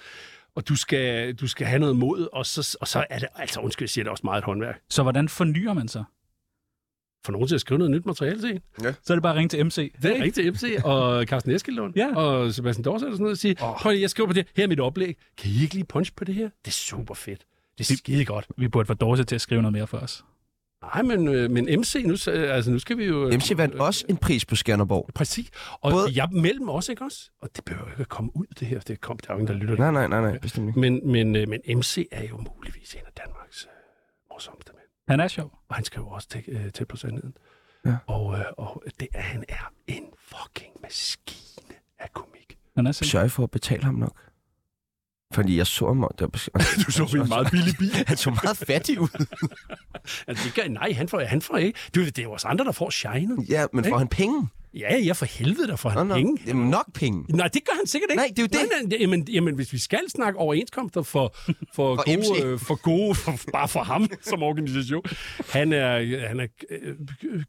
Og du skal, du skal have noget mod, og så, og så er det, altså undskyld, jeg siger det er også meget et håndværk.
Så hvordan fornyer man sig?
For nogen til at skrive noget nyt materiale til en.
Så er det bare at ringe til MC.
Det er rigtigt, MC og Carsten Eskelund
Ja.
og Sebastian Dorset og sådan noget, og sige, oh. prøv lige, jeg skriver på det, her er mit oplæg. Kan I ikke lige punch på det her? Det er super fedt. Det er skide godt.
Vi burde få Dorse til at skrive noget mere for os.
Nej, men, øh, men MC, nu, så- altså, nu skal vi jo...
MC vandt også en pris på Skanderborg.
Præcis. Og
Både-
Både... jeg mellem også, ikke også? Og det behøver jo ikke at komme ud, det her. Det kom, der er jo ingen, der lytter.
Nej, nej, nej, nej, bestemt ikke.
Men, men, øh, men MC er jo muligvis en af Danmarks øh, morsomste mænd.
Han er sjov.
Og han skal jo også til, øh, til på sandheden. Ja. Og, øh, og det er, han er en fucking maskine af komik.
Han er sindssyg.
Sørg for at betale ham nok. Fordi jeg så ham, og der
Du så vi en meget billig <laughs> bil.
<laughs> Han så meget fattig ud.
altså, det gør, nej, han får, han får ikke. Du, ved, det er jo os andre, der får shinet.
Ja, men får han penge?
Ja, ja, for helvede, der får
Nå,
han
nå.
penge.
Jamen, nok penge.
Nej, det gør han sikkert ikke.
Nej, det er jo det.
Nej, nej, jamen, jamen, hvis vi skal snakke overenskomster for, for,
For
gode,
MC.
øh, for gode, for, bare for ham som organisation. Han er, han er øh,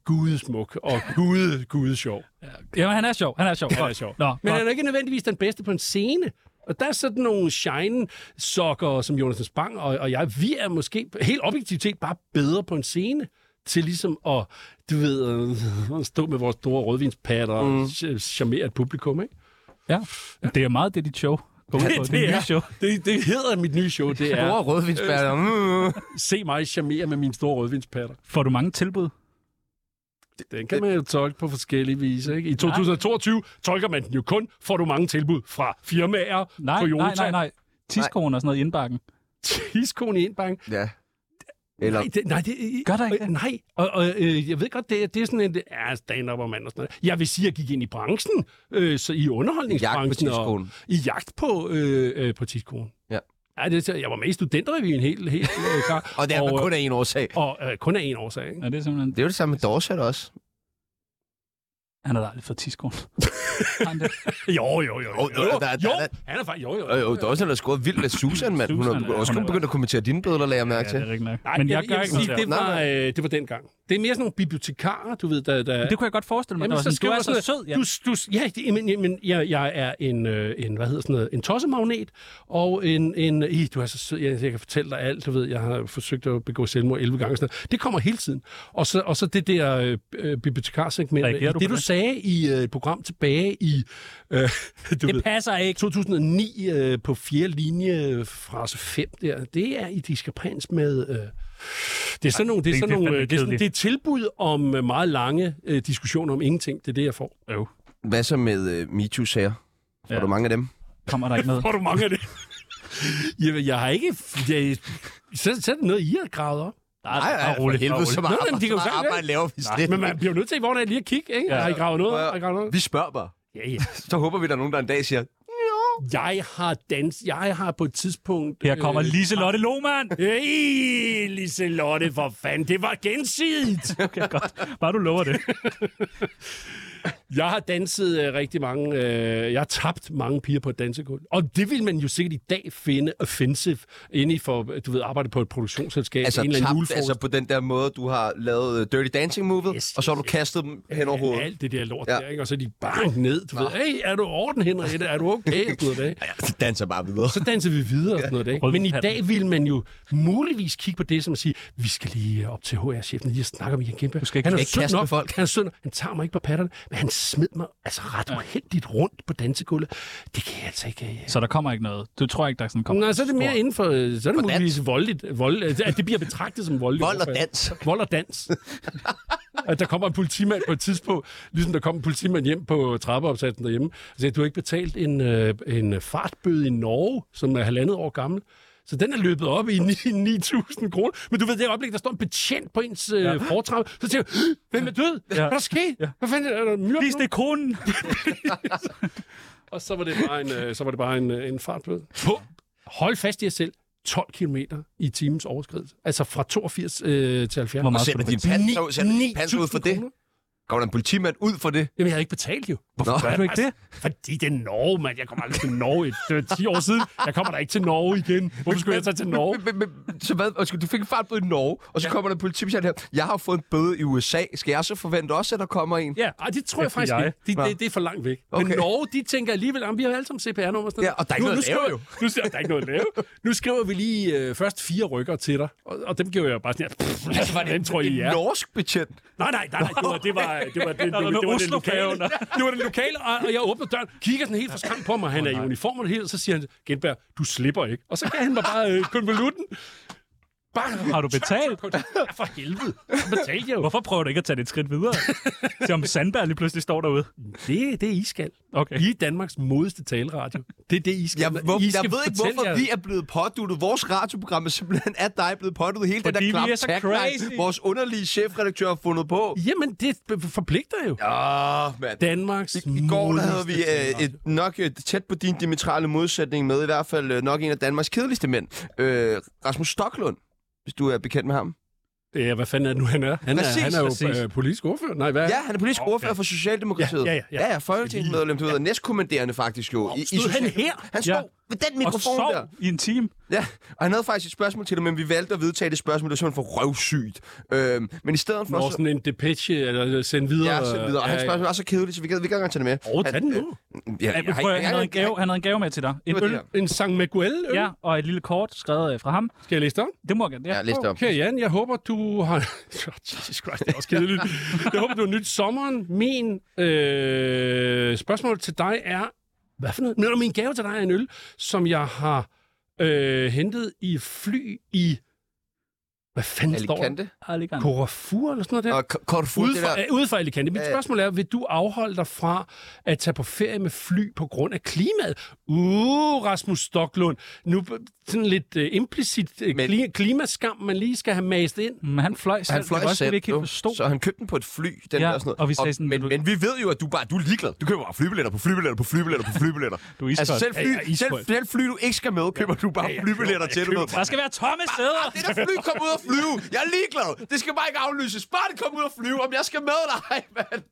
gudesmuk og gude, gudesjov.
Jamen, han er sjov. Han er sjov.
Han er sjov.
Nå,
Men
godt.
han er ikke nødvendigvis den bedste på en scene. Og der er sådan nogle shine sokker som Jonas Spang og, og jeg. Vi er måske helt objektivt set bare bedre på en scene til ligesom at, du ved, øh, stå med vores store rødvinspatter mm. og ch- charmere et publikum, ikke?
Ja. Det er meget det, dit show <laughs> går ud på. Det, det er show.
Det, det hedder mit nye show, det
Store
er
rødvinsbærter.
Mm.
Se mig charmere med mine store rødvinspatter.
Får du mange tilbud?
Den kan man jo tolke på forskellige vis, ikke? I 2022 tolker man den jo kun, får du mange tilbud fra firmaer,
Nej,
Toyota,
nej, nej, nej. Tiskoren og sådan noget i indbakken.
Tiskone i en bank.
Ja. Eller,
Nej, det, nej, det,
Gør der ikke det?
øh, Nej, og, og øh, jeg ved godt, det, er- det er sådan en ja, stand-up og mand og sådan noget. Jeg vil sige, at jeg gik ind i branchen, øh, så i
I
underholdningsbranchen.
jagt på tidskolen.
og, I jagt på, øh, øh, på tidskolen.
Ja.
ja det, er- jeg var med i studenterrevyen helt, helt øh, klar.
og det er
og,
kun af en årsag.
øh, og øh, kun af en årsag.
<laughs>
Ikke?
Ja, det er simpelthen...
Det er jo det samme med Dorset også.
Han har da aldrig fået tiskoren. Han det.
Jo, jo, jo. jo,
Jo,
jo,
der- der-
jo.
der-
han er faktisk... Jo, jo,
Og jo, Dorset har scoret vildt med Susan, mand. Hun
Susan
har
er-
også kun
hun er-
begyndt at kommentere dine billeder, lader jeg mærke
Ja,
til.
det er rigtigt nok.
Nej,
Men jeg,
vil-
gør
vil
ikke
sige,
noget.
det var, øh, det var dengang. Det er mere sådan nogle bibliotekarer, du ved, der... der
Det kunne jeg godt forestille mig. Jamen, det var sådan, du er så sød, ja.
ja. Du, du, ja, det, men, men jeg, jeg er en, øh, en, hvad hedder sådan noget, en tossemagnet, og en, en i, du er så sød, jeg, jeg kan fortælle dig alt, du ved, jeg har forsøgt at begå selvmord 11 gange, og sådan noget. det kommer hele tiden. Og så, og så det der øh, øh, bibliotekarsegment,
Reagerer du på
det, det du
det?
sagde i øh, et program tilbage i, øh, <laughs> du ved,
Det passer ikke.
2009 øh, på fjerde linje øh, frase 5 der, det er i diskrepans med... Øh, det er sådan nogle, det er
det-
sådan
det er
nogle,
fandme
øh, det er sådan,
kedeligt.
det er tilbud om øh, meget lange øh, diskussioner om ingenting. Det er det, jeg får.
Øv.
Hvad så med uh, MeToo-sager? Får
Ja.
du mange af dem?
Kommer der ikke noget?
Får du mange af det? <laughs> Jamen, jeg har ikke... Jeg, så, så er det noget, I har gravet op.
Nej, nej, for helvede, så meget
Nå, men de kan jo
så meget
sagtens-
arbejde laver vi slet
Men man bliver jo nødt til i morgen af lige at kigge, ikke?
Ja.
Ja. Har I gravet noget? op? Har I gravet
ikke.
noget? op?
Vi spørger bare.
Ja, ja.
Så håber vi, der er nogen, der en dag siger,
Jeg har dans... Jeg har på et tidspunkt...
Her kommer
øh,
Liselotte Lohmann.
Hey, Liselotte, for fanden, det var gensidigt.
Okay, godt. Bare du lover det.
Jeg har danset øh, rigtig mange, øh, jeg har tabt mange piger på et dansegulv. Og det vil man jo sikkert i dag finde offensive inde i for, du ved, arbejde på et produktionsselskab.
altså,
en eller anden
tabt, altså på den der måde, du har lavet øh, Dirty Dancing-movet,
Yes,
og så har du
yes.
kastet dem hen over
Ja,
hovedet.
alt det der lort
Ja.
ja. der, ikke? Og så er de bang ned, du ved, hey, er du i orden, Henriette? Er
<laughs>
du okay? Du ved, det, ikke?
Ja, jeg danser bare videre.
så danser vi videre og sådan noget. Ikke? Men i dag vil man jo muligvis kigge på det, som at sige, vi skal lige op til HR-chefen, lige at snakke med Jan Kæmpe. Du
skal ikke-
han er
ikke
sød
kaste med
nok,
folk.
Han er sød nok. Han tager mig ikke på patterne, men han smed mig altså ret uheldigt rundt på dansegulvet. Det kan jeg altså ikke... øh.
Så der kommer ikke noget. Du tror ikke, der sådan kommer
Nej, så er det mere inden for... øh, Så er det muligvis voldeligt. Vold, øh, at det bliver betragtet som voldeligt.
Vold og
overfald.
dans.
Vold
<laughs>
og dans. at der kommer en politimand på et tidspunkt, ligesom der kom en politimand hjem på trappeopsatsen derhjemme, og sagde, du har ikke betalt en, øh, en fartbøde i Norge, som er halvandet år gammel. Så den er løbet op i ni- <laughs> 9.000 kroner. Men du ved, det øjeblik, der står en betjent på ens øh, ja. fortrappe, så siger jeg, hvem er død? Ja. Hvad er der sket? Ja. Hvad fanden er der myrdet?
Vis det konen.
Og så var det bare en, øh, så var det bare en, øh, en fartbøde. På. Hold fast i jer selv. 12 km i timens overskridelse. Altså fra 82 øh, til 70.
Hvor meget
Sætter din pants ud, sætter din pants ud for det? Kommer der en politimand ud for det?
Jamen, jeg havde ikke betalt jo.
Nå.
Gør du ikke det? Fordi det er Norge, mand. Jeg kommer aldrig til Norge. Det er 10 år siden. Jeg kommer da ikke til Norge igen. Hvorfor skulle jeg tage til Norge?
<laughs> Men, men, men, så hvad? Undskyld, du fik en fartbøde i Norge, og så ja. kommer der en politimand her. Jeg har fået en bøde i USA. Skal jeg så forvente også, at der kommer en?
Ja, ej, det tror jeg
FBI.
faktisk ikke. Det,
Nå.
det, det er for langt væk. Okay.
Okay.
Men Norge, de tænker alligevel, at vi har alle sammen CPR-nummer.
Ja, og der er ikke
nu,
noget
nu
at lave,
skriver, Nu, skriver- der er ikke noget at lave. Nu skriver vi lige øh, først fire rykker til dig, og, og dem giver jeg bare sådan her. Pff, altså, hvem tror I, I er?
Norsk betjent.
Nej, nej, nej, nej, det var det
<laughs>
var det var det, det,
Der er
var-
noget
det, var den
Oslo-færge
lokale. <laughs> Det var den lokale, og, og jeg åbner døren, kigger sådan helt forskræmt på mig. Han er i uniform og det hele, og så siger han, Genberg, du slipper ikke. Og så gav han mig bare øh, konvolutten. Bare,
<laughs>
Har du betalt?
Ja, for helvede. Så betalte jeg jo.
Hvorfor prøver du ikke at tage det et skridt videre? Se om Sandberg lige pludselig står derude.
Det, det er iskald.
Okay.
I er Danmarks modeste taleradio. Det er det, I skal.
Jeg, hvor,
I
jeg
skal
ved ikke,
fortælle
hvorfor
jer-
vi er blevet påduttet. Vores radioprogram er simpelthen af dig blevet påduttet. Hele
Fordi vi
den der
er
klap
så crazy.
tagline, vores underlige chefredaktør har fundet på.
Jamen, det b- forpligter jo. Ja.
Åh, mand.
Danmarks
I, I går der havde
modeste
vi øh,
taleradio.
et nok øh, tæt på din diametrale modsætning med i hvert fald øh, nok en af Danmarks kedeligste mænd. Øh, Rasmus Stoklund, hvis du er bekendt med ham.
Ja, hvad fanden er det nu, han er? Han
Præcis,
er, han er jo
præcis.
øh, politisk ordfører. Nej, hvad er
Ja, han er politisk
Åh,
ordfører
ja.
for Socialdemokratiet.
Ja, ja, ja.
ja, ja folketingsmedlem, du ved, og næstkommanderende faktisk jo. i, i
Stod han
Social-
her?
Han
Ja.
står ved den
Og
mikrofon
sov
der.
i en time.
Ja, og han havde faktisk et spørgsmål til dig, men vi valgte at vedtage det spørgsmål, det var simpelthen for røvsygt. Øhm, men i stedet for...
Nå,
så,
sådan en depeche, eller øh, send videre. øh,
ja, så videre. Og hans spørgsmål var så kedeligt, så vi gad vi gad ikke engang tage det med.
Åh, tag den nu.
øh, ja,
Ja,
jeg, Øh. jeg,
prøv, at- han, havde en
jeg,
gave, han havde en gave med til dig.
det
En
var
øl.
det her.
En San Miguel?
Ja, og et lille kort skrevet øh, fra ham.
Skal jeg læse det op?
Det må jeg gerne.
Ja, læs det op.
Okay, Jan, jeg håber, du har... <laughs> Jesus Christ, det er også kedeligt. Jeg håber, du har nyt sommeren. Min øh, spørgsmål til dig er... Hvad for noget? Nå, min gave til dig er en øl, som jeg har øh, hentet i et fly i... Hvad fanden står der?
Alicante
Alligan.
Corafur eller sådan noget der?
og K- Corfu,
Ude
det
for,
der.
øh, ude for Alicante. Mit
Ja, ja.
spørgsmål er, vil du afholde dig fra at tage på ferie med fly på grund af klimaet? Uh, Rasmus Stoklund. Nu b- sådan lidt øh, implicit øh,
Men-
kli- klimaskam, man lige skal have mast ind.
Men han fløj selv.
Han fløj
det var også, det,
selv,
vi ikke helt
jo.
forstod.
så han købte den på et fly, den
Ja,
der og sådan noget.
og vi sagde sådan,
men,
vil du-
men vi ved jo, at du bare du er ligeglad. Du køber bare flybilletter på flybilletter på flybilletter på flybilletter.
<laughs> Du er iskold.
altså selv fly,
Ja, jeg er
selv,
iskold.
selv fly, du ikke skal med, køber du bare flybilletter til. Du ved.
Der skal være tomme sæder.
Det der fly, kom ud og flyve. Jeg er ligeglad. Det skal bare ikke aflyses. Bare det kom ud og flyve, om jeg skal med dig, mand.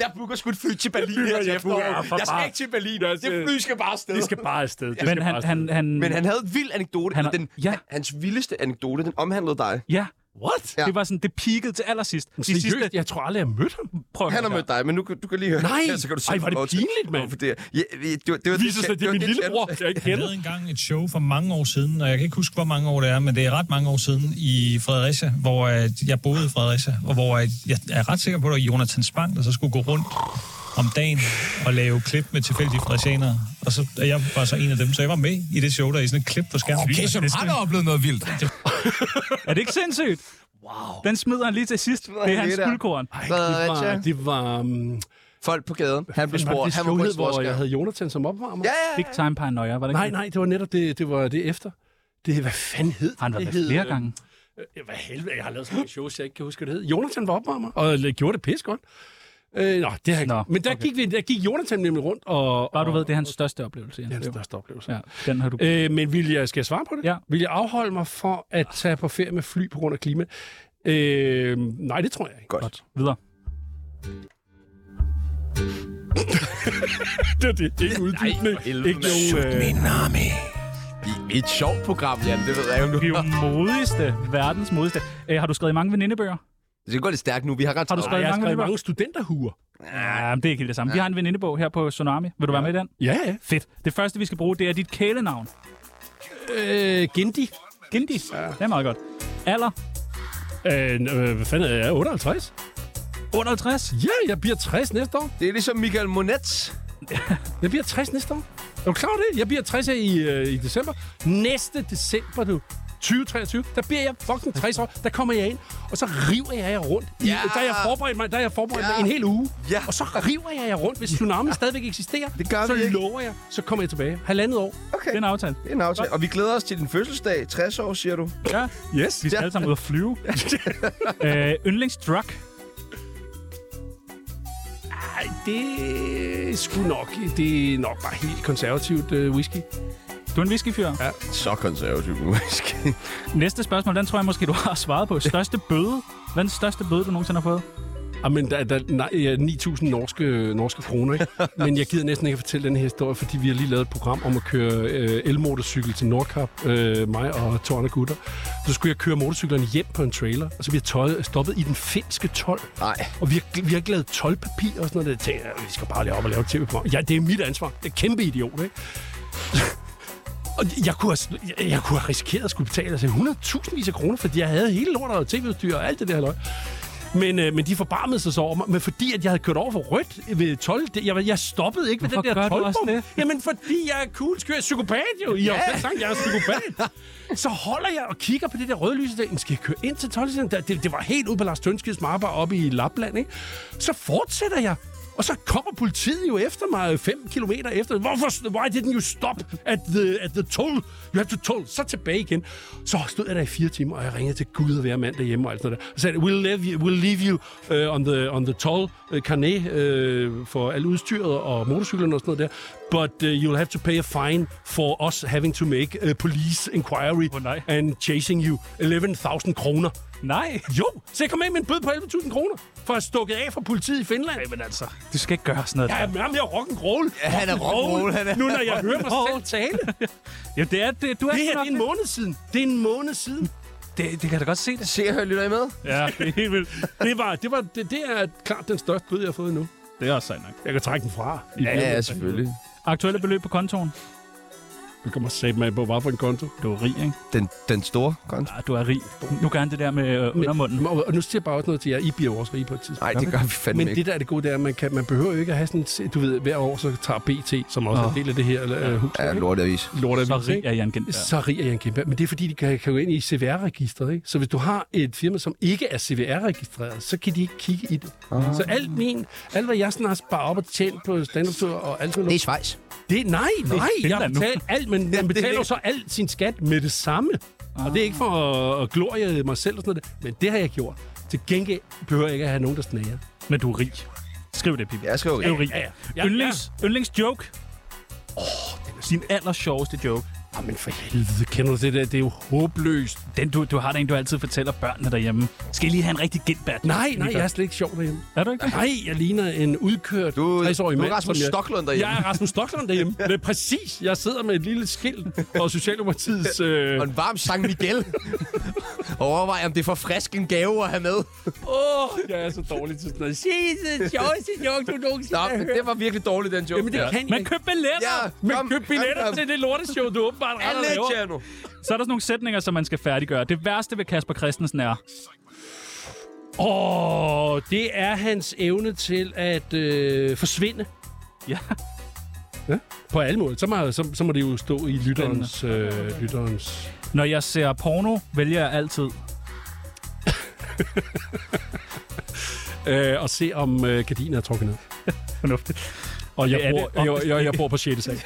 Jeg booker sgu et fly til Berlin her til
jeg booker-
efteråret.
ja, for
Jeg skal
bare-
ikke til Berlin.
Ja,
Det
det-
fly skal bare afsted.
Det skal bare afsted. Det
Men
skal
han,
bare
han, han,
Men han havde en vild anekdote.
Han
Han
har-
den,
ja.
ja. Hans vildeste anekdote, den omhandlede dig.
Ja. What?
Ja.
Det var sådan, det peakede til allersidst. De
Seriøst,
sidste...
jeg tror aldrig, jeg mødte ham.
Prøv at
Han har
høre.
mødt dig, men nu kan, du kan lige høre.
Nej.
Ja, så kan du
Ej, var det
lov til-
pinligt, mand.
Hvorfor Det, er- ja, det, var- det, var
Det viser sig, at det er min
var
lillebror,
channel-
jeg ikke
Jeg
kender.
lavede engang et show for mange år siden, og jeg kan ikke huske, hvor mange år det er, men det er ret mange år siden i Fredericia, hvor øh, jeg boede i Fredericia, og hvor øh, jeg er ret sikker på, at det var Jonathan Spang, der så skulle gå rundt om dagen og lave klip med tilfældige fredericianere. Og så, og jeg var så en af dem, så jeg var med i det show, der i sådan et klip på skærmen. Okay, så
Han har oplevet noget vildt.
<laughs> Er det ikke sindssygt? Wow. Den smider han lige til sidst.
han
Det er hans
lige der.
skyldkorn.
Fredericia.
Det var... Det var um,
Folk på gaden. Han blev
var
spurgt.
det
Han var på
showet,
et
hvor jeg
sporskab.
havde Jonathan som opvarmer.
Ja, ja.
Big time paranoia, var det ikke?
Nej,
det?
nej, det var netop det, det, var det efter. Det, hvad fanden hed det?
Har han været
det
med
hed,
flere
øh,
gange?
Øh, Hvad helvede, jeg har lavet sådan nogle shows, jeg ikke kan huske, hvad det hed. Jonathan var opvarmer, og øh, gjorde det pis godt. Øh, nå, det har jeg
Nå,
ikke. Men der,
okay.
okay. gik vi, der gik Jonathan nemlig rundt, og...
Bare du
og,
ved, det er hans største oplevelse.
Det er
Jens.
hans største oplevelse.
Øhm, Ja, den har du.
Øh, men vil jeg, skal jeg svare på det?
Ja.
Vil jeg afholde mig for at tage på ferie med fly på grund af klima? Øh, nej, det tror jeg ikke.
Godt.
Videre.
Det er <laughs> det. Ikke uddybende. Ikke
helvede,
nogen... Øh,
I- Et sjovt program, Jan. Det ved jeg jo nu.
Vi er jo modigste. Verdens modigste. Øh, har du skrevet i mange venindebøger?
Det går lidt stærkt nu. Vi har ret
Har du
nej,
skrevet
jeg har
mange
skrevet
venindebøger?
mange studenterhuer.
Ja, men det er ikke helt det samme. Vi har en venindebog her på Tsunami. Vil du være med i den?
Ja, ja.
Fedt. Det første, vi skal bruge, det er dit kælenavn.
Øh, Gindi.
Gindi. Ja. Det er meget godt. Alder?
Øh, n- øh, hvad fanden er jeg? 58?
Under 50?
Ja, jeg bliver 60 næste år.
Det er ligesom Michael Monets.
Jeg bliver 60 næste år. Er du klar over det? Jeg bliver 60 her i, øh, i december. Næste december, du. 2023, der bliver jeg fucking 60 år. Der kommer jeg ind, og så river jeg jer rundt. I,
Ja.
Der er jeg forberedt mig, der er jeg forberedt
Ja.
mig en hel uge.
Ja.
Og så river jeg jer rundt. Hvis tsunami stadigvæk eksisterer,
Det gør
så
vi ikke.
lover jeg, så kommer jeg tilbage. Halvandet år.
Okay.
Det er en aftale.
Det er en aftale. Og vi glæder os til din fødselsdag. 60 år, siger du.
Ja.
Yes.
Vi skal alle sammen ud og flyve. <laughs> øh, yndlingsdrug?
Ej, det er sgu nok. Det er nok bare helt konservativt øh, whisky.
Du er en whiskyfyr. Ja.
Så konservativ faktisk.
Næste spørgsmål, den tror jeg måske, du har svaret på. Største bøde? Hvad er den største bøde, du nogensinde har fået?
Ah, men der, der, nej, ja, 9.000 norske, norske kroner, ikke? Men jeg gider næsten ikke at fortælle den her historie, fordi vi har lige lavet et program om at køre øh, elmotorcykel til Nordkap, øh, mig og to andre gutter. Så skulle jeg køre motorcyklerne hjem på en trailer, og så bliver tøjet stoppet i den finske tolv.
<laughs> Nej.
Og vi har, gl- vi har ikke lavet tolvpapir og sådan noget. Jeg tænkte, "Ah, vi skal bare lige op og lave et tv-program. Ja, det er mit ansvar. Det er kæmpe idiot, ikke? <laughs> Og jeg kunne, have, jeg, jeg kunne have risikeret at skulle betale altså, 100.000 af kroner, fordi jeg havde hele lortet og tv-udstyr og alt det der løg. Men, øh, men de forbarmede sig så over mig, men fordi at jeg havde kørt over for rødt ved 12, det, jeg, jeg stoppede ikke ved den
Hvorfor gør
der
du
12
også det?
Jamen, fordi jeg er cool, skal jeg er psykopat jo. I har jo selv sagt, jeg er psykopat. så holder jeg og kigger på det der røde lys, og tænker, skal jeg køre ind til 12 det, det, var helt ude på Lars Tønskids mapper oppe i Lapland, ikke? Så fortsætter jeg. Og så kommer politiet jo efter mig 5 km efter. Hvorfor? Why didn't you stop at the, at the toll? You have to toll. Så tilbage igen. Så stod jeg der i fire timer, og jeg ringede til Gud og hver mand derhjemme og alt sådan noget der. Og sagde, we'll leave you, we'll leave you uh, on, the, on the toll uh, carnet uh, for alt udstyret og motorcyklerne og sådan noget der. But uh, you'll have to pay a fine for us having to make a police inquiry
Åh, nej.
and chasing you 11.000 kroner.
Nej,
Jo, så jeg kom af med en bøde på 11.000 kroner for at have stukket af fra politiet i Finland. Jamen altså.
du skal ikke gøre sådan noget.
Ja,
Ja.
jamen, jamen, jeg er rock'n'roll.
Ja, han er rock'n'roll, han er
Nu når jeg hører mig selv tale.
Jo, det er, det, du er
Det her
sådan
det er en
nok-
måned siden. Det er en måned siden.
det, det, kan jeg da godt se det.
Se og hør, lytter I med?
Ja, det er helt vildt.
Det, var, det, var, det, det er klart den største bøde, jeg har fået endnu.
Det er også sejt nok.
Jeg kan trække den fra.
Ja, ja, selvfølgelig.
Aktuelle beløb på kontoen?
Jeg kommer sætte mig på, hvad for en konto.
Du er rig, ikke?
Den, den store konto?
Ja, Ah, du er rig. Nu gør han det der med øh, undermunden.
Og, og nu siger jeg bare også noget til jer. I bliver jo også rige på et tidspunkt.
Nej, det gør vi fandme
Men
ikke.
det der er det gode, det er, at man, kan, man behøver jo ikke at have sådan, et se- du ved, hver år så tager BT, som også er en del af det her øh, hus.
Ja,
ikke?
lorteavis.
lortavis,
Så rig
ikke?
er Jan Gindberg.
så rig er Jan Kæmpe. Men det er fordi, de kan, kan gå ind i CVR-registret. Ikke? Så hvis du har et firma, som ikke er CVR-registreret, så kan de ikke kigge i det. Aha. Så alt min, alt hvad jeg sådan har sparet op og tjent på standardtur og alt sådan
Det
noget,
er Schweiz.
det, nej, nej,
Det er
jeg har
Finland nu.
betalt alt, <laughs> men
det
man
er
betaler jo
det.
så alt sin skat med det samme. Og det er ikke for at, at glorie mig selv og sådan noget, men det har jeg gjort. Til gengæld behøver jeg ikke at have nogen, der snager.
Men du er rig. Skriv det, Pippi.
Jeg skriver
Er du
ikke.
rig?
ja. Ja,
Yndlings, yndlingsjoke? Åh, oh, din aller sjoveste joke.
Jamen for helvede, kender du det der? Det er jo håbløst.
Den, du, du har den, du altid fortæller børnene derhjemme. Skal I lige have en rigtig Gindberg?
Nej, nej, jeg er slet ikke sjov derhjemme.
Er du ikke?
Nej, jeg ligner en udkørt
Du,
60-årig
du
mand.
er Rasmus
som jeg-
Stocklund derhjemme.
Jeg er Rasmus
<laughs>
Stocklund derhjemme. Det er præcis. Jeg sidder med et lille skilt og Socialdemokratiets... Øh,
Og en varm San <laughs> Miguel. Overvej, om det er for frisk en gave at have med.
åh, jeg er så dårlig til sådan noget. Jesus, sjoveste joke, du nogensinde
Nå,
har
men
hørt.
det var virkelig dårligt, den joke.
Jamen, det
der.
kan jeg
Men
ikke.
køb billetter!
Ja,
Men
kom,
køb billetter
kom, kom.
til det lorteshow, du åbenbart render og
Alle
laver.
Tjerno.
Så er der sådan nogle sætninger, som man skal færdiggøre. Det værste ved Kasper Christensen er...
Åh, det er hans evne til at øh, forsvinde.
Ja.
Ja, på alle måder. Så må, så, så må det jo stå i lytterens... Øh, lytterens.
Når jeg ser porno, vælger jeg altid...
Øh, og se, om øh, gardinen er trukket ned.
Fornuftigt.
Og jeg,
Ja,
bor,
det-
jeg, jeg, jeg bor på 6. sal.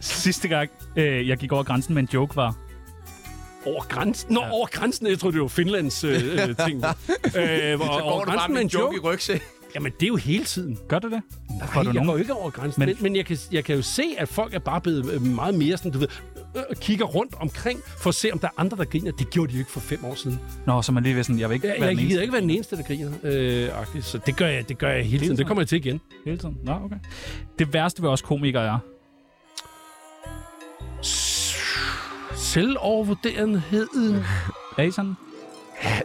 Sidste gang, øh, jeg gik over grænsen med en joke, var...
Over grænsen? Nå, ja. over grænsen. Jeg troede, det var Finlands øh, øh, ting. øh, og,
Så går
over
du bare
grænsen
med en joke i
joke.
rygsæk.
Jamen, det er jo hele tiden.
Gør du det?
Nej,
Får du
jeg
nogen?
går jo ikke over grænsen.
Men-
Men, men jeg, kan, jeg kan jo se, at folk er bare blevet øh, meget mere sådan, du ved, øh, øh, kigger rundt omkring for at se, om der er andre, der griner. Det gjorde de jo ikke for fem år siden.
Nå, så man lige ved sådan, jeg vil ikke
Jeg,
være
jeg
den
gider ikke være den eneste, der griner. Øh, agtigt. så det gør, jeg, det gør jeg hele tiden. Det kommer jeg til igen.
eneste hele tiden. Nå, okay. Det værste ved os komikere er...
Selvovervurderenheden.
Er I sådan?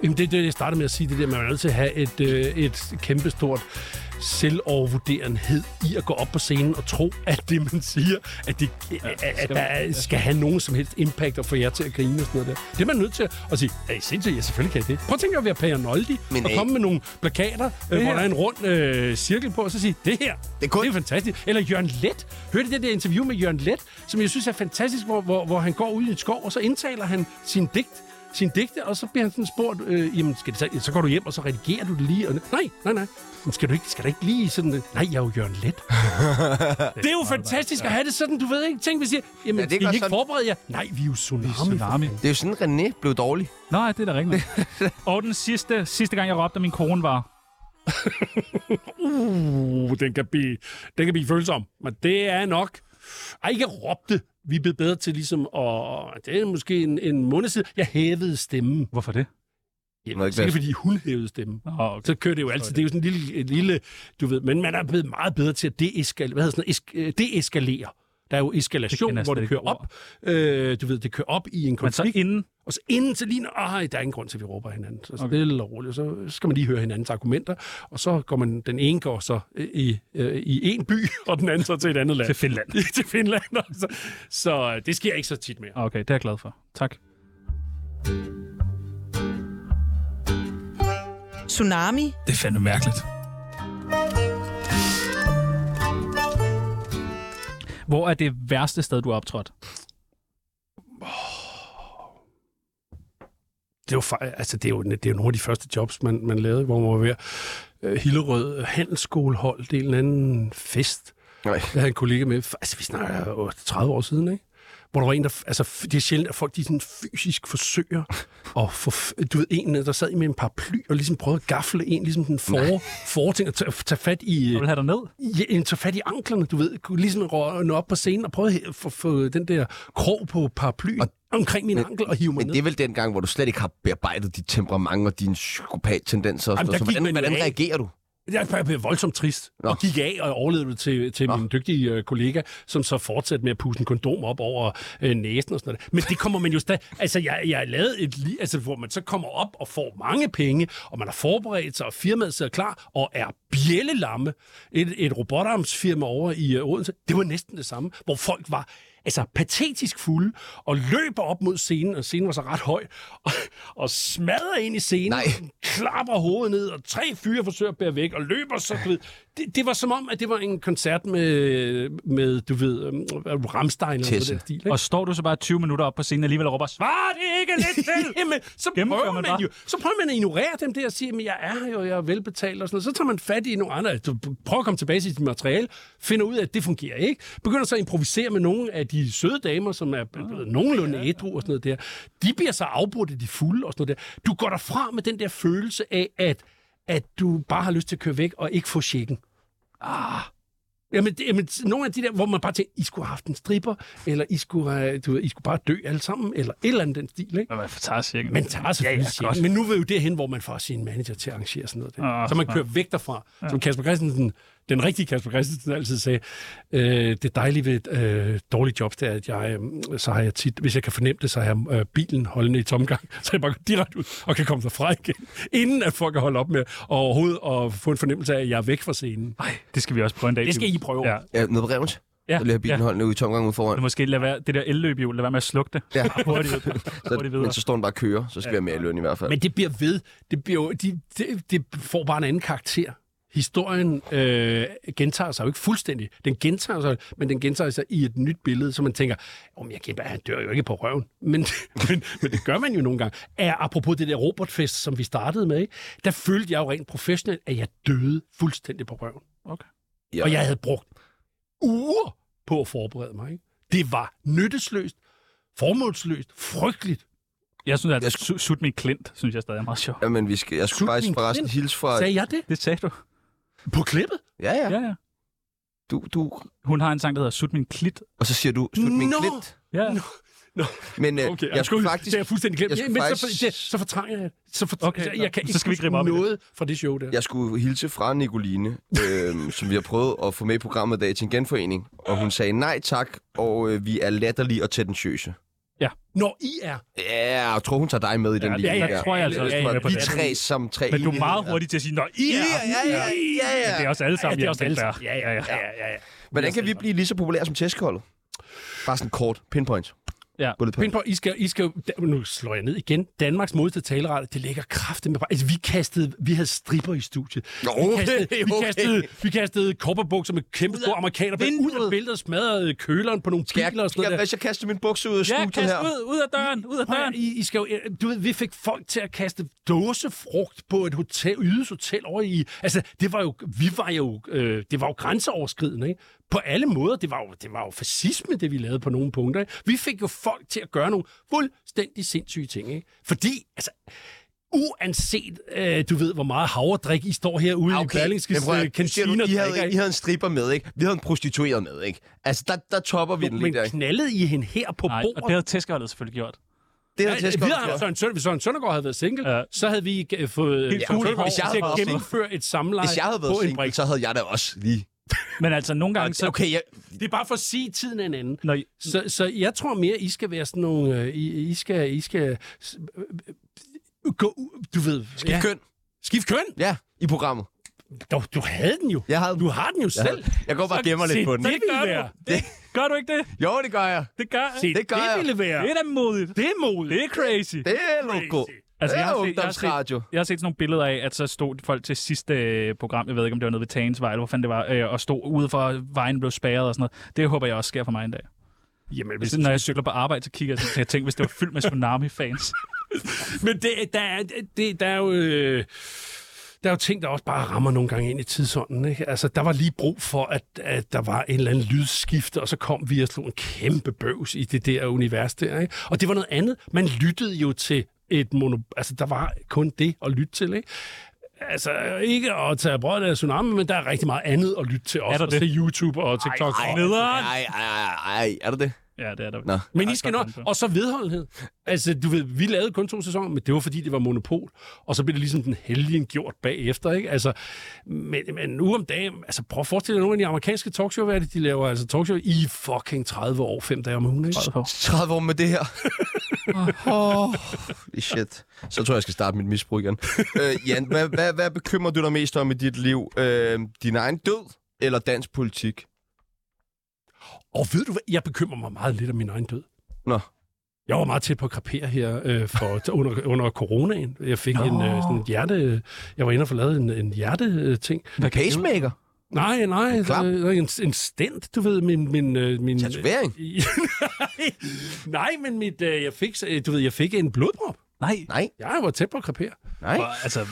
Jamen, det er det, jeg startede med at sige, det der, man er nødt til at have et, øh, et kæmpestort selvovervurderenhed i at gå op på scenen og tro, at det, man siger, at det ja, at, at
skal
der
man-
er- skal have nogen som helst impact og få jer til at grine og sådan noget der. Det er man nødt til at- at sige, er I sindssygt? Ja, selvfølgelig kan jeg det. Prøv at tænke at være Per Noldi
Men,
og
øh,
komme med nogle plakater, øh, hvor der er en rund øh, cirkel på, og så sige, det her, det
er
er,
kun-
det er fantastisk. Eller Jørgen Let. Hørte I det der interview med Jørgen Let, som jeg synes er fantastisk, hvor, hvor, hvor han går ud i en skov, og så indtaler han sin digt, sin digte, og så bliver han sådan spurgt, øh, jamen, skal det, så, så går du hjem, og så redigerer du det lige. Og, nej, nej, nej. Men skal du ikke, skal du ikke lige sådan... øh, Nej, jeg er jo Jørgen Let. det er jo fantastisk at have det sådan, du ved ikke. Tænk, hvis jeg... Jamen,
Ja,
ja,
det
det
er
skal I
godt
ikke
sådan.
forberede jer? Nej, vi er jo tsunami.
Tsunami.
Det er jo sådan, René blev dårlig.
Nå, ja, det er da rigtigt.
<laughs>
og den sidste, sidste gang, jeg råbte, at min kone var...
Uh, den kan blive, den kan blive følsom. Men det er nok Ej, ikke råbte. Vi er blevet bedre til ligesom at... Det er måske en, en måned siden. Jeg hævede stemmen.
Hvorfor det?
Jeg
Nå,
ved,
ikke
sikkert
bedst.
fordi hun hævede stemmen.
Ah, okay.
Så kører det jo altid. Det er jo sådan en lille, en lille du ved, men man er blevet meget bedre til at deeskal, hvad hedder sådan, noget? esk, øh, deeskalere. Der er jo
Det
eskalation,
kender jeg
hvor det
slet
kører
ikke
op. Øh, du ved, det kører op i en
Men så
konflikt.
inden...
Og så inden til lige, nej, der er ingen grund til, at vi råber af hinanden. Så
Okay.
stille og roligt, så skal man lige høre hinandens argumenter, og så går man, den ene går så i, øh, i en by, og den anden så til et andet land.
Til Finland.
<laughs> til Finland. Altså. Så øh, det sker ikke så tit mere.
Ah, Okay, det er jeg glad for. Tak.
Tsunami.
Det er fandme mærkeligt.
Hvor er det værste sted, du har optrådt?
Det er jo, fa- altså, det er jo, det er jo nogle af de første jobs, man, man lavede, hvor man var ved at- øh, Hillerød Handelsskolehold, det er en eller anden fest.
Nej.
Jeg havde en kollega med, f- altså vi snakker jo 30 år siden, ikke? Hvor der var en, der, f- altså f- det er sjældent, at folk de sådan fysisk forsøger at få, f- du ved, en, der sad med en paraply og ligesom prøvede at gafle en, ligesom den for, forting, og tage, tage fat i...
Jeg vil have dig ned.
Ja, en tage fat i anklerne, du ved, kunne ligesom rå- nå op på scenen og prøve at hæ- få, få den der krog på paraplyen og, omkring min ankel og hive mig
Men
ned.
det er vel den gang, hvor du slet ikke har bearbejdet dit temperament og dine psykopat-tendenser. og sådan
Jamen, der
noget. Så
gik
hvordan,
man jo
hvordan
af.
reagerer du?
Jeg blev- blev voldsomt trist Nå.
Nå.
og gik af og overlevede det til, til
Nå.
min dygtige øh, kollega, som så fortsatte med at puste en kondom op over øh, næsen og sådan noget. Men det kommer man jo stadig... <laughs> Altså, jeg, jeg har lavet et liv, altså, hvor man så kommer op og får mange penge, og man har forberedt sig, og firmaet sidder klar og er bjællelamme. Et, et robotarmsfirma over i øh, Odense, det var næsten det samme, hvor folk var altså patetisk fulde, og løber op mod scenen, og scenen var så ret høj, <laughs> og, og smadrer ind i scenen,
Nej.
klapper hovedet ned, og tre fyre forsøger at bære væk, og løber så, du ved. Det, det var som om, at det var en koncert med, med du ved, øhm, Rammstein eller sådan
Tisse.
den stil. Ikke?
Og står du så bare 20 minutter op på scenen alligevel og råber, svar det ikke lidt til!
<laughs> Jamen, så
Gennemfører
prøver man,
man bare.
jo, så prøver man at ignorere dem der og sige, at jeg er her jo, jeg er velbetalt og sådan noget. Så tager man fat i nogle andre, du prøver at komme tilbage til dit materiale, finder ud af, at det fungerer ikke. Begynder så at improvisere med nogle af de søde damer, som er
Ah,
blevet nogenlunde ædru og sådan noget der. De bliver så afbrudt i de fulde og sådan noget der. Du går derfra med den der følelse af, at, at du bare har lyst til at køre væk og ikke få checken.
Ah.
Jamen, det, jamen, nogle af de der, hvor man bare tænker, I skulle have haft en stripper, eller I skulle, have, du ved, I skulle bare dø alle sammen, eller et eller andet den stil, ikke?
Hvad for tager cirka?
Man tager selvfølgelig ja, ja, men nu er vi jo derhen, hvor man får sin manager til at arrangere sådan noget. Der.
Ah,
så man
smart.
kører væk derfra. Som Kasper Christensen, den rigtige Kasper Christensen altid sagde, øh, det dejlige ved øh, dårlige jobs, det er, at jeg, øh, så har jeg tit, hvis jeg kan fornemme det, så har jeg øh, bilen holdende i tomgang, <laughs> så jeg bare går direkte ud og kan komme derfra igen, inden at folk kan holde op med overhovedet og få en fornemmelse af, at jeg er væk fra scenen.
Det skal vi også prøve en dag.
Det skal
Pibus.
I prøve.
Ja.
Ja, noget på revens?
Ja,
Så bliver bilen
ja.
ja. holdende ude i tomgang ude foran.
Men Måske lad være, det der elløbehjul, lad være med at slukke det.
<laughs>
Ja.
<laughs> Hurtigt, hurtigt
Så,
videre.
men så står den bare og kører, så skal vi have mere i løn i hvert fald.
Men det bliver ved. Det, bliver jo, de, det, det får bare en anden karakter. Historien øh, gentager sig jo ikke fuldstændig. Den gentager sig, men den gentager sig i et nyt billede, så man tænker, om jeg kæmper, han dør jo ikke på røven. <laughs> Men, men, men det gør man jo nogle gange. Er, apropos det der robotfest, som vi startede med, ikke? der følte jeg jo rent professionelt, at jeg døde fuldstændig på røven.
ja.
Og jeg havde brugt uger på at forberede mig. Ikke? Det var nyttesløst, formålsløst, frygteligt.
Jeg synes, at
Jeg
su- sut min klint, synes jeg stadig er meget sjovt.
Jamen, vi skal, jeg skulle
Slut
faktisk
min
forresten
kind.
hilse fra...
Sagde jeg det?
Det sagde du.
På klippet?
Ja, ja.
Ja, ja.
Du, du,
Hun har en sang, der hedder Sut min klit.
og så siger du, slut min
Nå!
klint.
Ja.
Nå.
Men øh,
Okay,
jeg skulle faktisk...
Det er jeg fuldstændig glemt.
jeg
Ja,
skulle
men faktisk...
faktisk-
så, det, så fortrænger jeg det. Så, for,
Okay,
okay, jeg,
nå.
jeg kan
Så
ikke
skal vi ikke rippe
huske
op i det.
noget fra det show der.
Jeg skulle hilse fra Nicoline, øh, <laughs> som vi har prøvet at få med i programmet i dag til en genforening. Og hun sagde nej tak, og øh, vi er latterlige og tendentiøse.
Når I er...
Ja, jeg tror, hun tager dig med i den
Ja,
linje.
ja, jeg tror jeg altså også,
Ja,
hun er med på
Vi
den.
tre som tre.
Men du er meget hurtig til at sige, når I
Ja,
er.
ja, ja, ja,
Men det
ja.
er også alle sammen.
Ja, det er også alle
hjemme,
sammen. Ja, ja, ja, ja, ja, ja.
Hvordan kan vi blive lige så populære som tæskeholdet? Bare sådan kort. Pinpoint.
Ja.
Bullet point.
Pind på, I skal, I skal, da- nu slår jeg ned igen. Danmarks modeste talerette, det ligger kraftigt med... Altså, vi kastede, vi havde stripper i studiet.
Nå,
vi
<laughs> okay,
kastede, vi
okay.
kastede, vi kastede kopperbukser med kæmpe store amerikaner, ud af bæltet og smadrede køleren på nogle
Skal jeg,
biler og sådan noget.
jeg,
der.
hvis jeg kaster min bukse ud af
Ja,
studiet
kast
her?
ud, ud af døren, ud af
Prøv at-
døren.
I, I skal jo, øh, du ved, vi fik folk til at kaste dåsefrugt på et hotel, ydes hotel over i... Altså, det var jo, vi var jo, øh, det var jo grænseoverskridende, ikke? På alle måder, det var, jo, det var jo fascisme, det vi lavede på nogle punkter. Ikke? Vi fik jo folk til at gøre nogle fuldstændig sindssyge ting, ikke? Fordi, altså, uanset, øh, du ved, hvor meget havredrik I står herude
Ah,
okay. i Berlingskes
Men prøv at-
øh,
nu siger du,
kantiner.
I
drikker
havde,
I.
I havde en stripper med, ikke? Vi havde en prostitueret med, ikke? Altså, der, der topper vi den
Men
lige der. ikke?
knaldede I hende her på
Nej, og det
bordet?
havde tæskeholdet selvfølgelig gjort.
Det
Ja,
havde Tesco
vi havde
gjort.
Søren, Søren, hvis Søren Søndergaard havde været single,
Ja.
ja. så havde vi øh, fået øh, Søren
cool.
Søndergaard
Hvis jeg havde
til
været
at
single-
gennemføre et samleje
Hvis jeg havde
på
været
en
single,
brik.
så havde jeg da også lige...
Men altså, nogle gange så...
Okay, jeg,
Det er bare for at sige, at tiden er en anden.
Når I,
Så, så jeg tror mere, I skal være sådan nogle... Øh, I, I skal... I skal s- øh, øh, gå, ud- du ved... Skift ja.
køn.
Skift køn!
Ja, i programmet.
Du, du havde den jo.
Jeg havde den.
Du har den jo selv.
Jeg går bare og gemmer lidt
Se,
på den.
Det gør du. Det, gør du ikke det?
Jo, det gør jeg.
Det gør
Se,
Det
det,
gør
det
jeg.
ville være...
Det er da modigt.
Det er muligt.
Det er crazy.
Det er logo.
Altså,
Det
jeg,
er
har set, jeg, har set,
ungdomsradio.
jeg har set sådan nogle billeder af, at så stod folk til sidste øh, program, jeg ved ikke, om det var nede ved Tagensvej, eller hvor fanden det var, øh, og stod ude for, at vejen blev spærret og sådan noget. Det håber jeg også sker for mig en dag.
Jamen,
Hvis, når jeg cykler på arbejde, så kigger jeg sådan, så jeg tænker, hvis det var fyldt med
<laughs>
Tsunami-fans.
Men det, der, er, det, der er jo... Øh, der er jo ting, der også bare rammer nogle gange ind i tidsånden. Ikke? Altså, der var lige brug for, at, at der var en eller anden lydskifte, og så kom vi og slog en kæmpe bøvs i det der univers der. Ikke? Og det var noget andet. Man lyttede jo til et mono... Altså, der var kun det at lytte til, ikke? Altså, ikke at tage brød af tsunami, men der er rigtig meget andet at lytte til også.
der
og
det?
til YouTube og TikTok.
Ej,
og-
ej, ej, ej, er det det?
ja, det er der.
Nå.
men
Ej,
I skal
godt
nok.
ramt, ja.
Og så vedholdenhed. Altså, du ved, vi lavede kun to sæsoner, men det var fordi, det var monopol. Og så blev det ligesom den helgen gjort bagefter, ikke? Altså, men, men nu om dagen, altså prøv at forestille dig nogle af de amerikanske talkshow, hvad er det, de laver? Altså talkshow i fucking 30 år, fem dage om ugen, ikke?
30 år med det her. <laughs> oh, shit. Så tror jeg, jeg skal starte mit misbrug igen. Øh, Jan, hvad, hvad, hvad bekymrer du dig mest om i dit liv? Øh, din egen død eller dansk politik?
Og ved du hvad, jeg bekymrer mig meget lidt om min egen død.
Nå.
Jeg var meget tæt på at krepere her øh,
<laughs>
for, under, under coronaen. Jeg fik en øh, sådan en hjerte... Jeg var inde og få lavet en, en hjerteting.
Hvad pacemaker?
Nej, nej,
klap?
øh, en, en stent, du ved, min... min, øh, min
Tatovering?
nej, <laughs> nej, men mit, øh, jeg fik, øh, du ved, jeg fik en blodprop.
Nej.
Nej,
Jeg var tæt på at krepere.
nej.
Hvor, altså,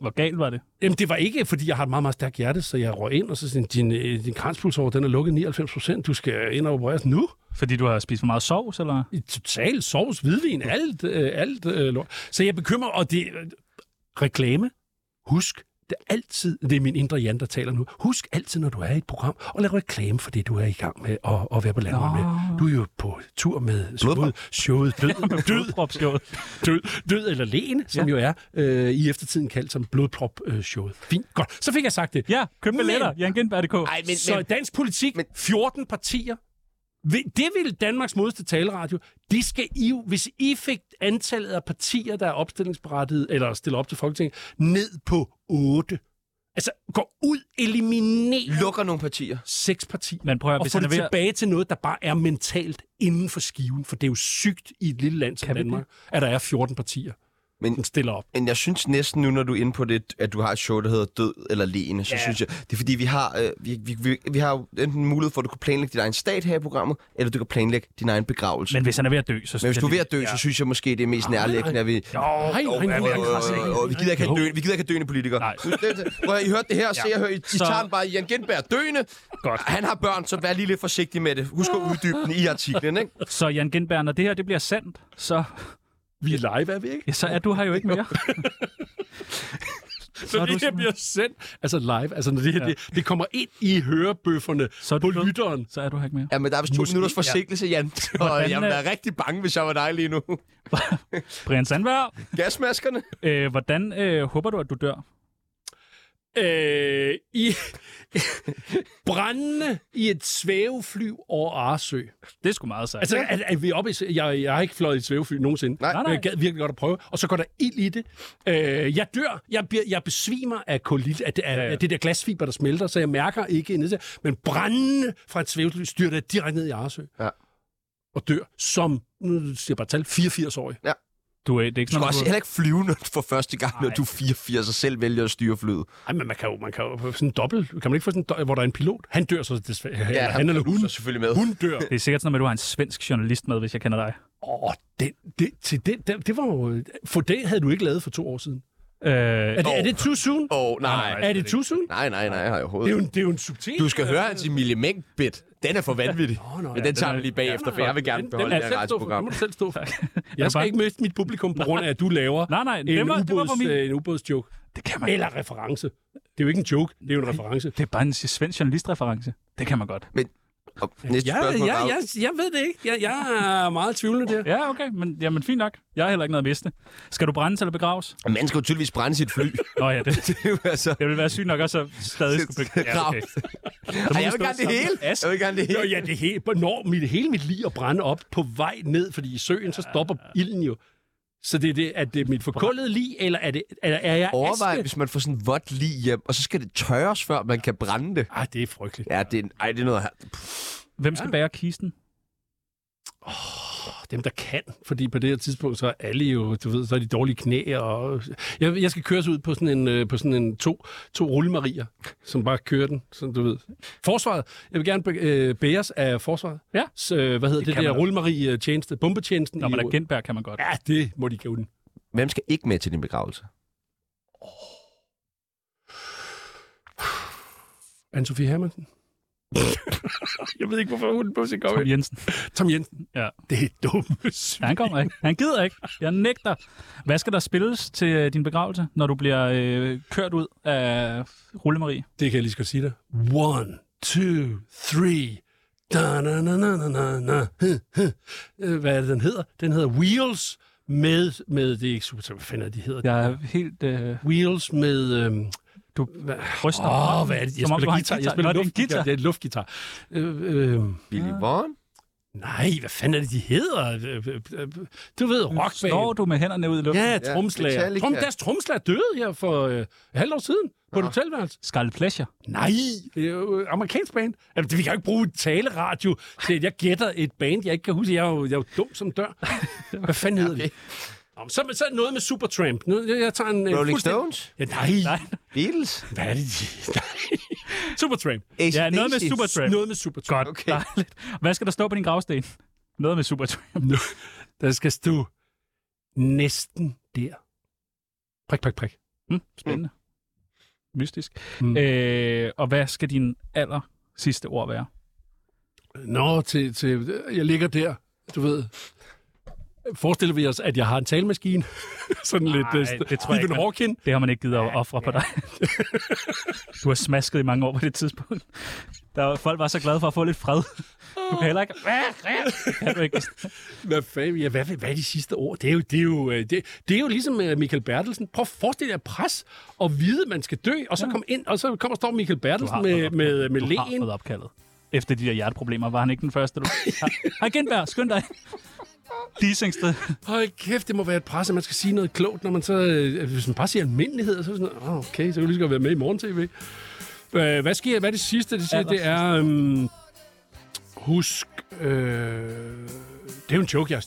hvor galt var det?
Jamen, det var ikke, fordi jeg har et meget, meget stærkt hjerte, så jeg røg ind, og så sådan, din, øh, din kranspulsår, den er lukket 99 procent. Du skal ind og opereres nu.
Fordi du har spist for meget sovs, eller?
I total sovs, hvidvin, alt, øh, alt øh, lort. Så jeg bekymrer, og det... Øh, reklame, husk, det er altid, det er min indre Jan, der taler nu, husk altid, når du er i et program, og lave reklame for det, du er i gang med at, at være på landet med. Du er jo på tur med showet, showet død, død,
Blodpropsjået.
død, død eller Lene, som ja. jo er øh, i eftertiden kaldt som blodprop-showet. Fint, godt. Så fik jeg sagt det.
Ja, køb billetter. Jan Gindberg.dk.
Ej, men,
Så i
men,
dansk politik,
men-
men, 14 partier, Vi- det vil Danmarks modeste taleradio. Det skal I jo, hvis I fik antallet af partier, der er opstillingsberettiget, eller stiller op til Folketinget, ned på 8. Altså, gå ud, eliminer
lukker nogle partier.
seks partier,
Men prøv at høre,
og
hvis
få
han
det
er ved at-
tilbage til noget, der bare er mentalt inden for skiven, for det er jo sygt i et lille land som
Kan vi
Danmark, at der er 14 partier,
Men-
som stiller op.
Men jeg synes næsten nu, når du er inde på det, at du har et show, der hedder Død eller Lene, så
Ja.
synes jeg, det er fordi, vi har, øh, vi, vi, vi, vi har jo enten mulighed for, at du kan planlægge din egen stat her i programmet, eller du kan planlægge din egen begravelse.
Men hvis han er ved at dø, så...
Men hvis du er ved at dø,
Ja.
så synes jeg måske, det er mest nærlæggende, at vi...
Jo, nej, nej, nej,
Åh,
nej,
åh,
nej,
åh, åh, Vi gider ikke have døende, vi gider ikke have døende politikere.
Nej.
Nu- det- det- Prøv at høre, I hørte det her, så jeg hører, I, I
Så-
tager den bare Jan Genberg døende.
Godt.
Han har børn, så vær lige lidt forsigtig med det. Husk at uddybe den i artiklen, ikke?
Så Jan Gindberg, når det her det bliver sandt, så,
Vi er live, er vi ikke?
ja, så er du her jo ikke mere.
Så
er du
det her
simpelthen-
bliver sendt, altså live, altså når det her, ja. det, det kommer ind i hørebøfferne
Så er
så
du
på
død.
lytteren.
Så er du her ikke mere.
Ja, men der er vist to minutters forsinkelse, Jan. <laughs> Og
Hvordan,
jeg vil
øh,
være rigtig bange, hvis jeg var dig lige nu.
Brian Sandberg,
Gasmaskerne?
øh, hvordan øh, håber du, at du dør?
Øh, i, <laughs> brændende i et svævefly over Arsø.
Det er sgu meget sejt.
Altså, er, er vi oppe i, jeg, jeg har ikke fløjet i et svævefly nogensinde.
Nej.
Nej, nej.
Jeg gad virkelig godt at prøve. Og så går der ild i det. Øh, jeg dør. Jeg, bliver, jeg besvimer af, kolit, af, af,
ja.
af det der glasfiber, der smelter, så jeg mærker ikke nedsag. Men brændende fra et svævefly styrter jeg direkte ned i Arsø.
Ja.
Og dør som, nu siger jeg bare et tal, 84-årig.
du, øh, det er ikke
Du skal
sådan,
også
du,
heller ikke flyve når- for første gang, når
Nej.
du er 84 og selv vælger at styre flyet.
Ej, men man kan jo, man kan jo få sådan en dobbelt. Kan man ikke få sådan en dobbelt, hvor der er en pilot? Han dør så desværre. Ja, eller han eller hun.
Så selvfølgelig med.
Hun dør.
det er sikkert sådan, noget med, at du har en svensk journalist med, hvis jeg kender dig.
Åh, det, det, til det, det, det var jo... For det havde du ikke lavet for to år siden.
Øh,
Er det, er det too soon?
Åh, oh, nej.
Er det too soon?
Nej, nej, nej, har jeg
Det er jo,
overhovedet.
en- det er jo en subtil.
Du skal høre hans Emilie Meng-bit. Den er for vanvittig.
nå,
Men
ja,
den
den
tager
er-
vi lige bagefter, for jeg vil gerne beholde det her
Nu må
radioprogram.
du selv stå for.
var
Jeg skal
bare-
ikke miste mit publikum på grund af, at du laver
Nej, nej, det
en,
var- det var for
ubåds,
min-
øh, en ubådsjoke.
Det kan man Eller...
Eller reference. Det er jo ikke en joke, det er jo en reference.
Det er bare en svensk journalistreference. Det kan man godt.
Og næste
Ja,
spørgsmål,
ja,
Rav.
jeg, jeg ved det ikke. Jeg, jeg er meget tvivlende der.
Ja, okay, men jamen, fint nok. Jeg har heller ikke noget at miste. Skal du brændes eller begraves?
Man skal jo tydeligvis brænde sit fly.
Nå ja, det,
<laughs> det er jo altså...
det vil være sygt nok også at stadig skulle
<laughs>
begraves. Ja, okay.
Ej, jeg vil gerne det hele. Jeg vil gerne det
<laughs> Nå,
hele.
ja, det hele, når mit, hele mit liv at brænde op på vej ned, fordi i søen, så stopper ilden jo. Så det er det, at det er mit forkullede lig, eller er, det, eller er jeg
Overvej,
aske?
hvis man får sådan en vådt lige hjem, og så skal det tørres, før man kan brænde det.
Ej, Ah, det er frygteligt.
Ja, det er, ej, det er noget her.
Hvem skal bære kisten?
Dem, der kan. Fordi på det her tidspunkt, så er alle jo, du ved, så er de dårlige knæ. Og... Jeg, jeg skal køres ud på sådan en, øh, på sådan en to, to rullemarier, som bare kører den, sådan du ved. Forsvaret. Jeg vil gerne be- øh, bæres af forsvaret.
Ja.
Så, øh, hvad hedder det, det,
kan
det der
man da.
rullemarie-tjeneste? Bombetjenesten?
Nå,
i-
men agentbær kan man godt.
Ja, det må de give den.
Hvem skal ikke med til din begravelse?
Anne-Sophie <laughs> Hermansen. jeg ved ikke, hvorfor hun på sin
Tom Jensen.
Tom Jensen.
Ja.
Det er <laughs> dumt.
Ja, han kommer ikke. Han gider ikke. Jeg nægter. Hvad skal der spilles til øh, din begravelse, når du bliver øh, kørt ud af Rullemarie?
Det kan jeg lige skal sige dig. One, two, three. Da, na, na, na, na, na, na. Huh, huh. Øh, Hvad er det, den hedder? Den hedder Wheels med... med det er ikke super, hvad fanden er det, de hedder. Ja.
Jeg er helt... Øh,
Wheels med... Øhm, du, hvad,
ryster på
åh,
hånden,
hvad er det? Jeg
som om du
spiller
har en
guitar.
guitar. Nå,
Jeg spiller
det er en
luftgitar.
guitar.
Det er en luftgitar. Øh, øh,
Billy Vaughn?
nej, hvad fanden er det, de hedder? Øh, øh, øh, Du ved, rockband.
Står du med hænderne ud i luften?
Ja,
Ja,
tromslager.
Metallica.
Trum, deres tromslager døde her for øh, et halvt år siden på et hotelværelse.
Skal pleasure.
Nej, det er jo amerikansk band. Jamen, det- vi kan jo ikke bruge taleradio til, at jeg gætter et band, jeg ikke kan huske. Jeg er jo, jeg er jo dum som dør. Hvad fanden hedder det? Nå, men Så, så er det noget med Supertramp. Nu, jeg, jeg tager en, en
Rolling
fuldstændig-
Stones?
Ja, nej. nej.
Beatles?
Hvad er det? de- <laughs> Nej. Supertramp.
Ja, noget med Supertramp.
Noget med Supertramp.
Godt, okay. dejligt. Hvad skal der stå på din gravsten? Noget med Supertramp.
Nu, der skal stå næsten der. Prik, prik, prik.
Hm, spændende. Mystisk.
Mm.
Øh, og hvad skal din aller sidste ord være?
Nå, til, til, jeg ligger der, du ved. Forestiller vi os, at jeg har en talemaskine? <laughs> Sådan lidt øh,
det tror jeg
Stephen
ikke, man-
Hawking.
Det har man ikke givet at ofre på dig. <laughs> du har smasket i mange år på det tidspunkt. Der var, folk var så glade for at få lidt fred. Du kan heller ikke... Det kan du ikke.
Hvad, fanden, ja, hvad, hvad er de sidste ord? Det er jo, det er jo, øh, det, det er jo ligesom øh, Michael Bertelsen. Prøv at forestille dig pres og vide, at man skal dø, og så komme ind, og så kommer står Michael
Du har
Bertelsen
fået
med,
op-
med, med
Du har
lægen.
fået opkaldet. Efter de der hjerteproblemer var han ikke den første, du... Hej, Genberg, skynd dig. Disengsted.
Hold kæft, det må være et pres, at man skal sige noget klogt, når man så, øh, hvis man bare siger almindelighed, så er det sådan, oh, okay, så kan du lige så godt være med i morgen-tv. Øh, hvad sker, hvad er det sidste, det siger, det er, øhm, husk, øh, det er jo en joke, jeg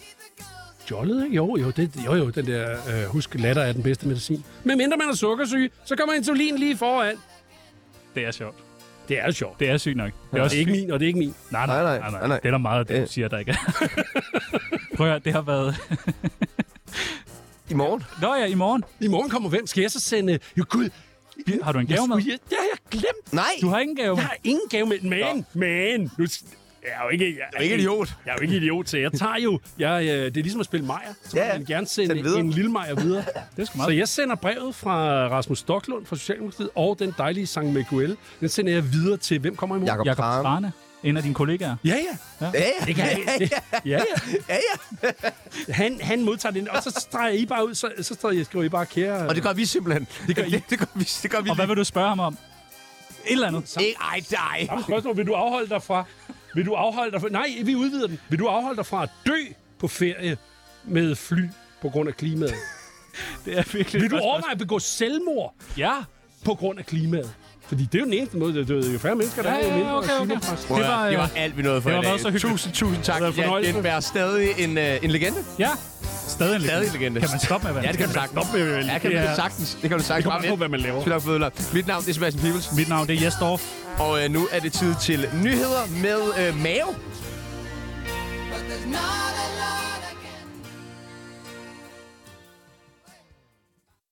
Jollet, ikke? Jo, jo, det, jo, jo, den der, øh, husk, latter er den bedste medicin. Men mindre man er sukkersyg, så kommer insulin lige foran.
Det er sjovt.
Det er jo sjovt.
Det er sygt nok. Det er
Det er ikke min, og det er ikke min.
Nej, nej, nej, nej, nej. Øh. nej. Det er der meget, af det du siger, der ikke er. <laughs> Prøv at høre, det har været...
I morgen?
Nå ja, i morgen.
I morgen kommer hvem? Skal jeg så sende... Jo, gud,
Har du en
jeg
gave med?
skulle- Ja, det har jeg glemt.
Nej!
Du har ingen gave med?
Jeg har ingen gave med, men, men, nu, s- jeg er jo ikke, jeg, er
ikke idiot.
Jeg er jo ikke idiot, så jeg tager jo, jeg, øh, det er ligesom at spille Majer, så
Ja,
ja, jeg gerne sende
send videre.
en lille Majer videre.
<laughs>
Det er sgu
så
meget.
jeg sender brevet fra Rasmus Stocklund fra Socialdemokratiet og den dejlige Sang Miguel, den sender jeg videre til, hvem kommer i morgen?
Jakob
Jakob
Kram.
Strane, en af dine kollegaer.
Ja, ja.
Ja, ja.
Det kan jeg. Det, ja, ja.
ja, ja.
Han, han modtager den, og så streger I bare ud, så, så står jeg, skriver I bare, kære...
Og det gør vi simpelthen. <laughs> Det gør, det gør vi. Det gør vi.
Og hvad vil du spørge ham om? Et eller andet.
Ikke, ej, nej.
Jamen, spørgsmål, vil du afholde dig fra... Vil du afholde dig fra... Nej, vi udvider den. Vil du afholde dig fra at dø på ferie med fly på grund af klimaet?
Det er virkelig
Vil du overveje at begå selvmord
Ja.
på grund af klimaet? Fordi det er jo den eneste måde, det er jo færre mennesker, der
Ja,
er jo
ja,
mindre
okay, okay.
klimapres.
Prøv at
Det var,
høre, det
øh,
var alt, vi nåede for
det
i
har
dag.
været så hyggeligt.
Tusind, tusind tak.
Det har været en
Jan
fornøjelse.
Genberg, stadig en, øh, en legende.
Ja. Stadig en legende.
Stadig en legende.
Kan man stoppe med at være
Ja, det kan
en
du sagtens. Ja,
legende?
kan
Ja.
du sagtens. Det kan du sagtens.
Det kommer
Bare
an på,
vent.
hvad man laver.
Spil op, fodbold. Mit navn det er Sebastian Pibels,
Mit navn det er Jesdorf.
og øh, nu er det tid til nyheder med øh, Mave.
But there's not a lot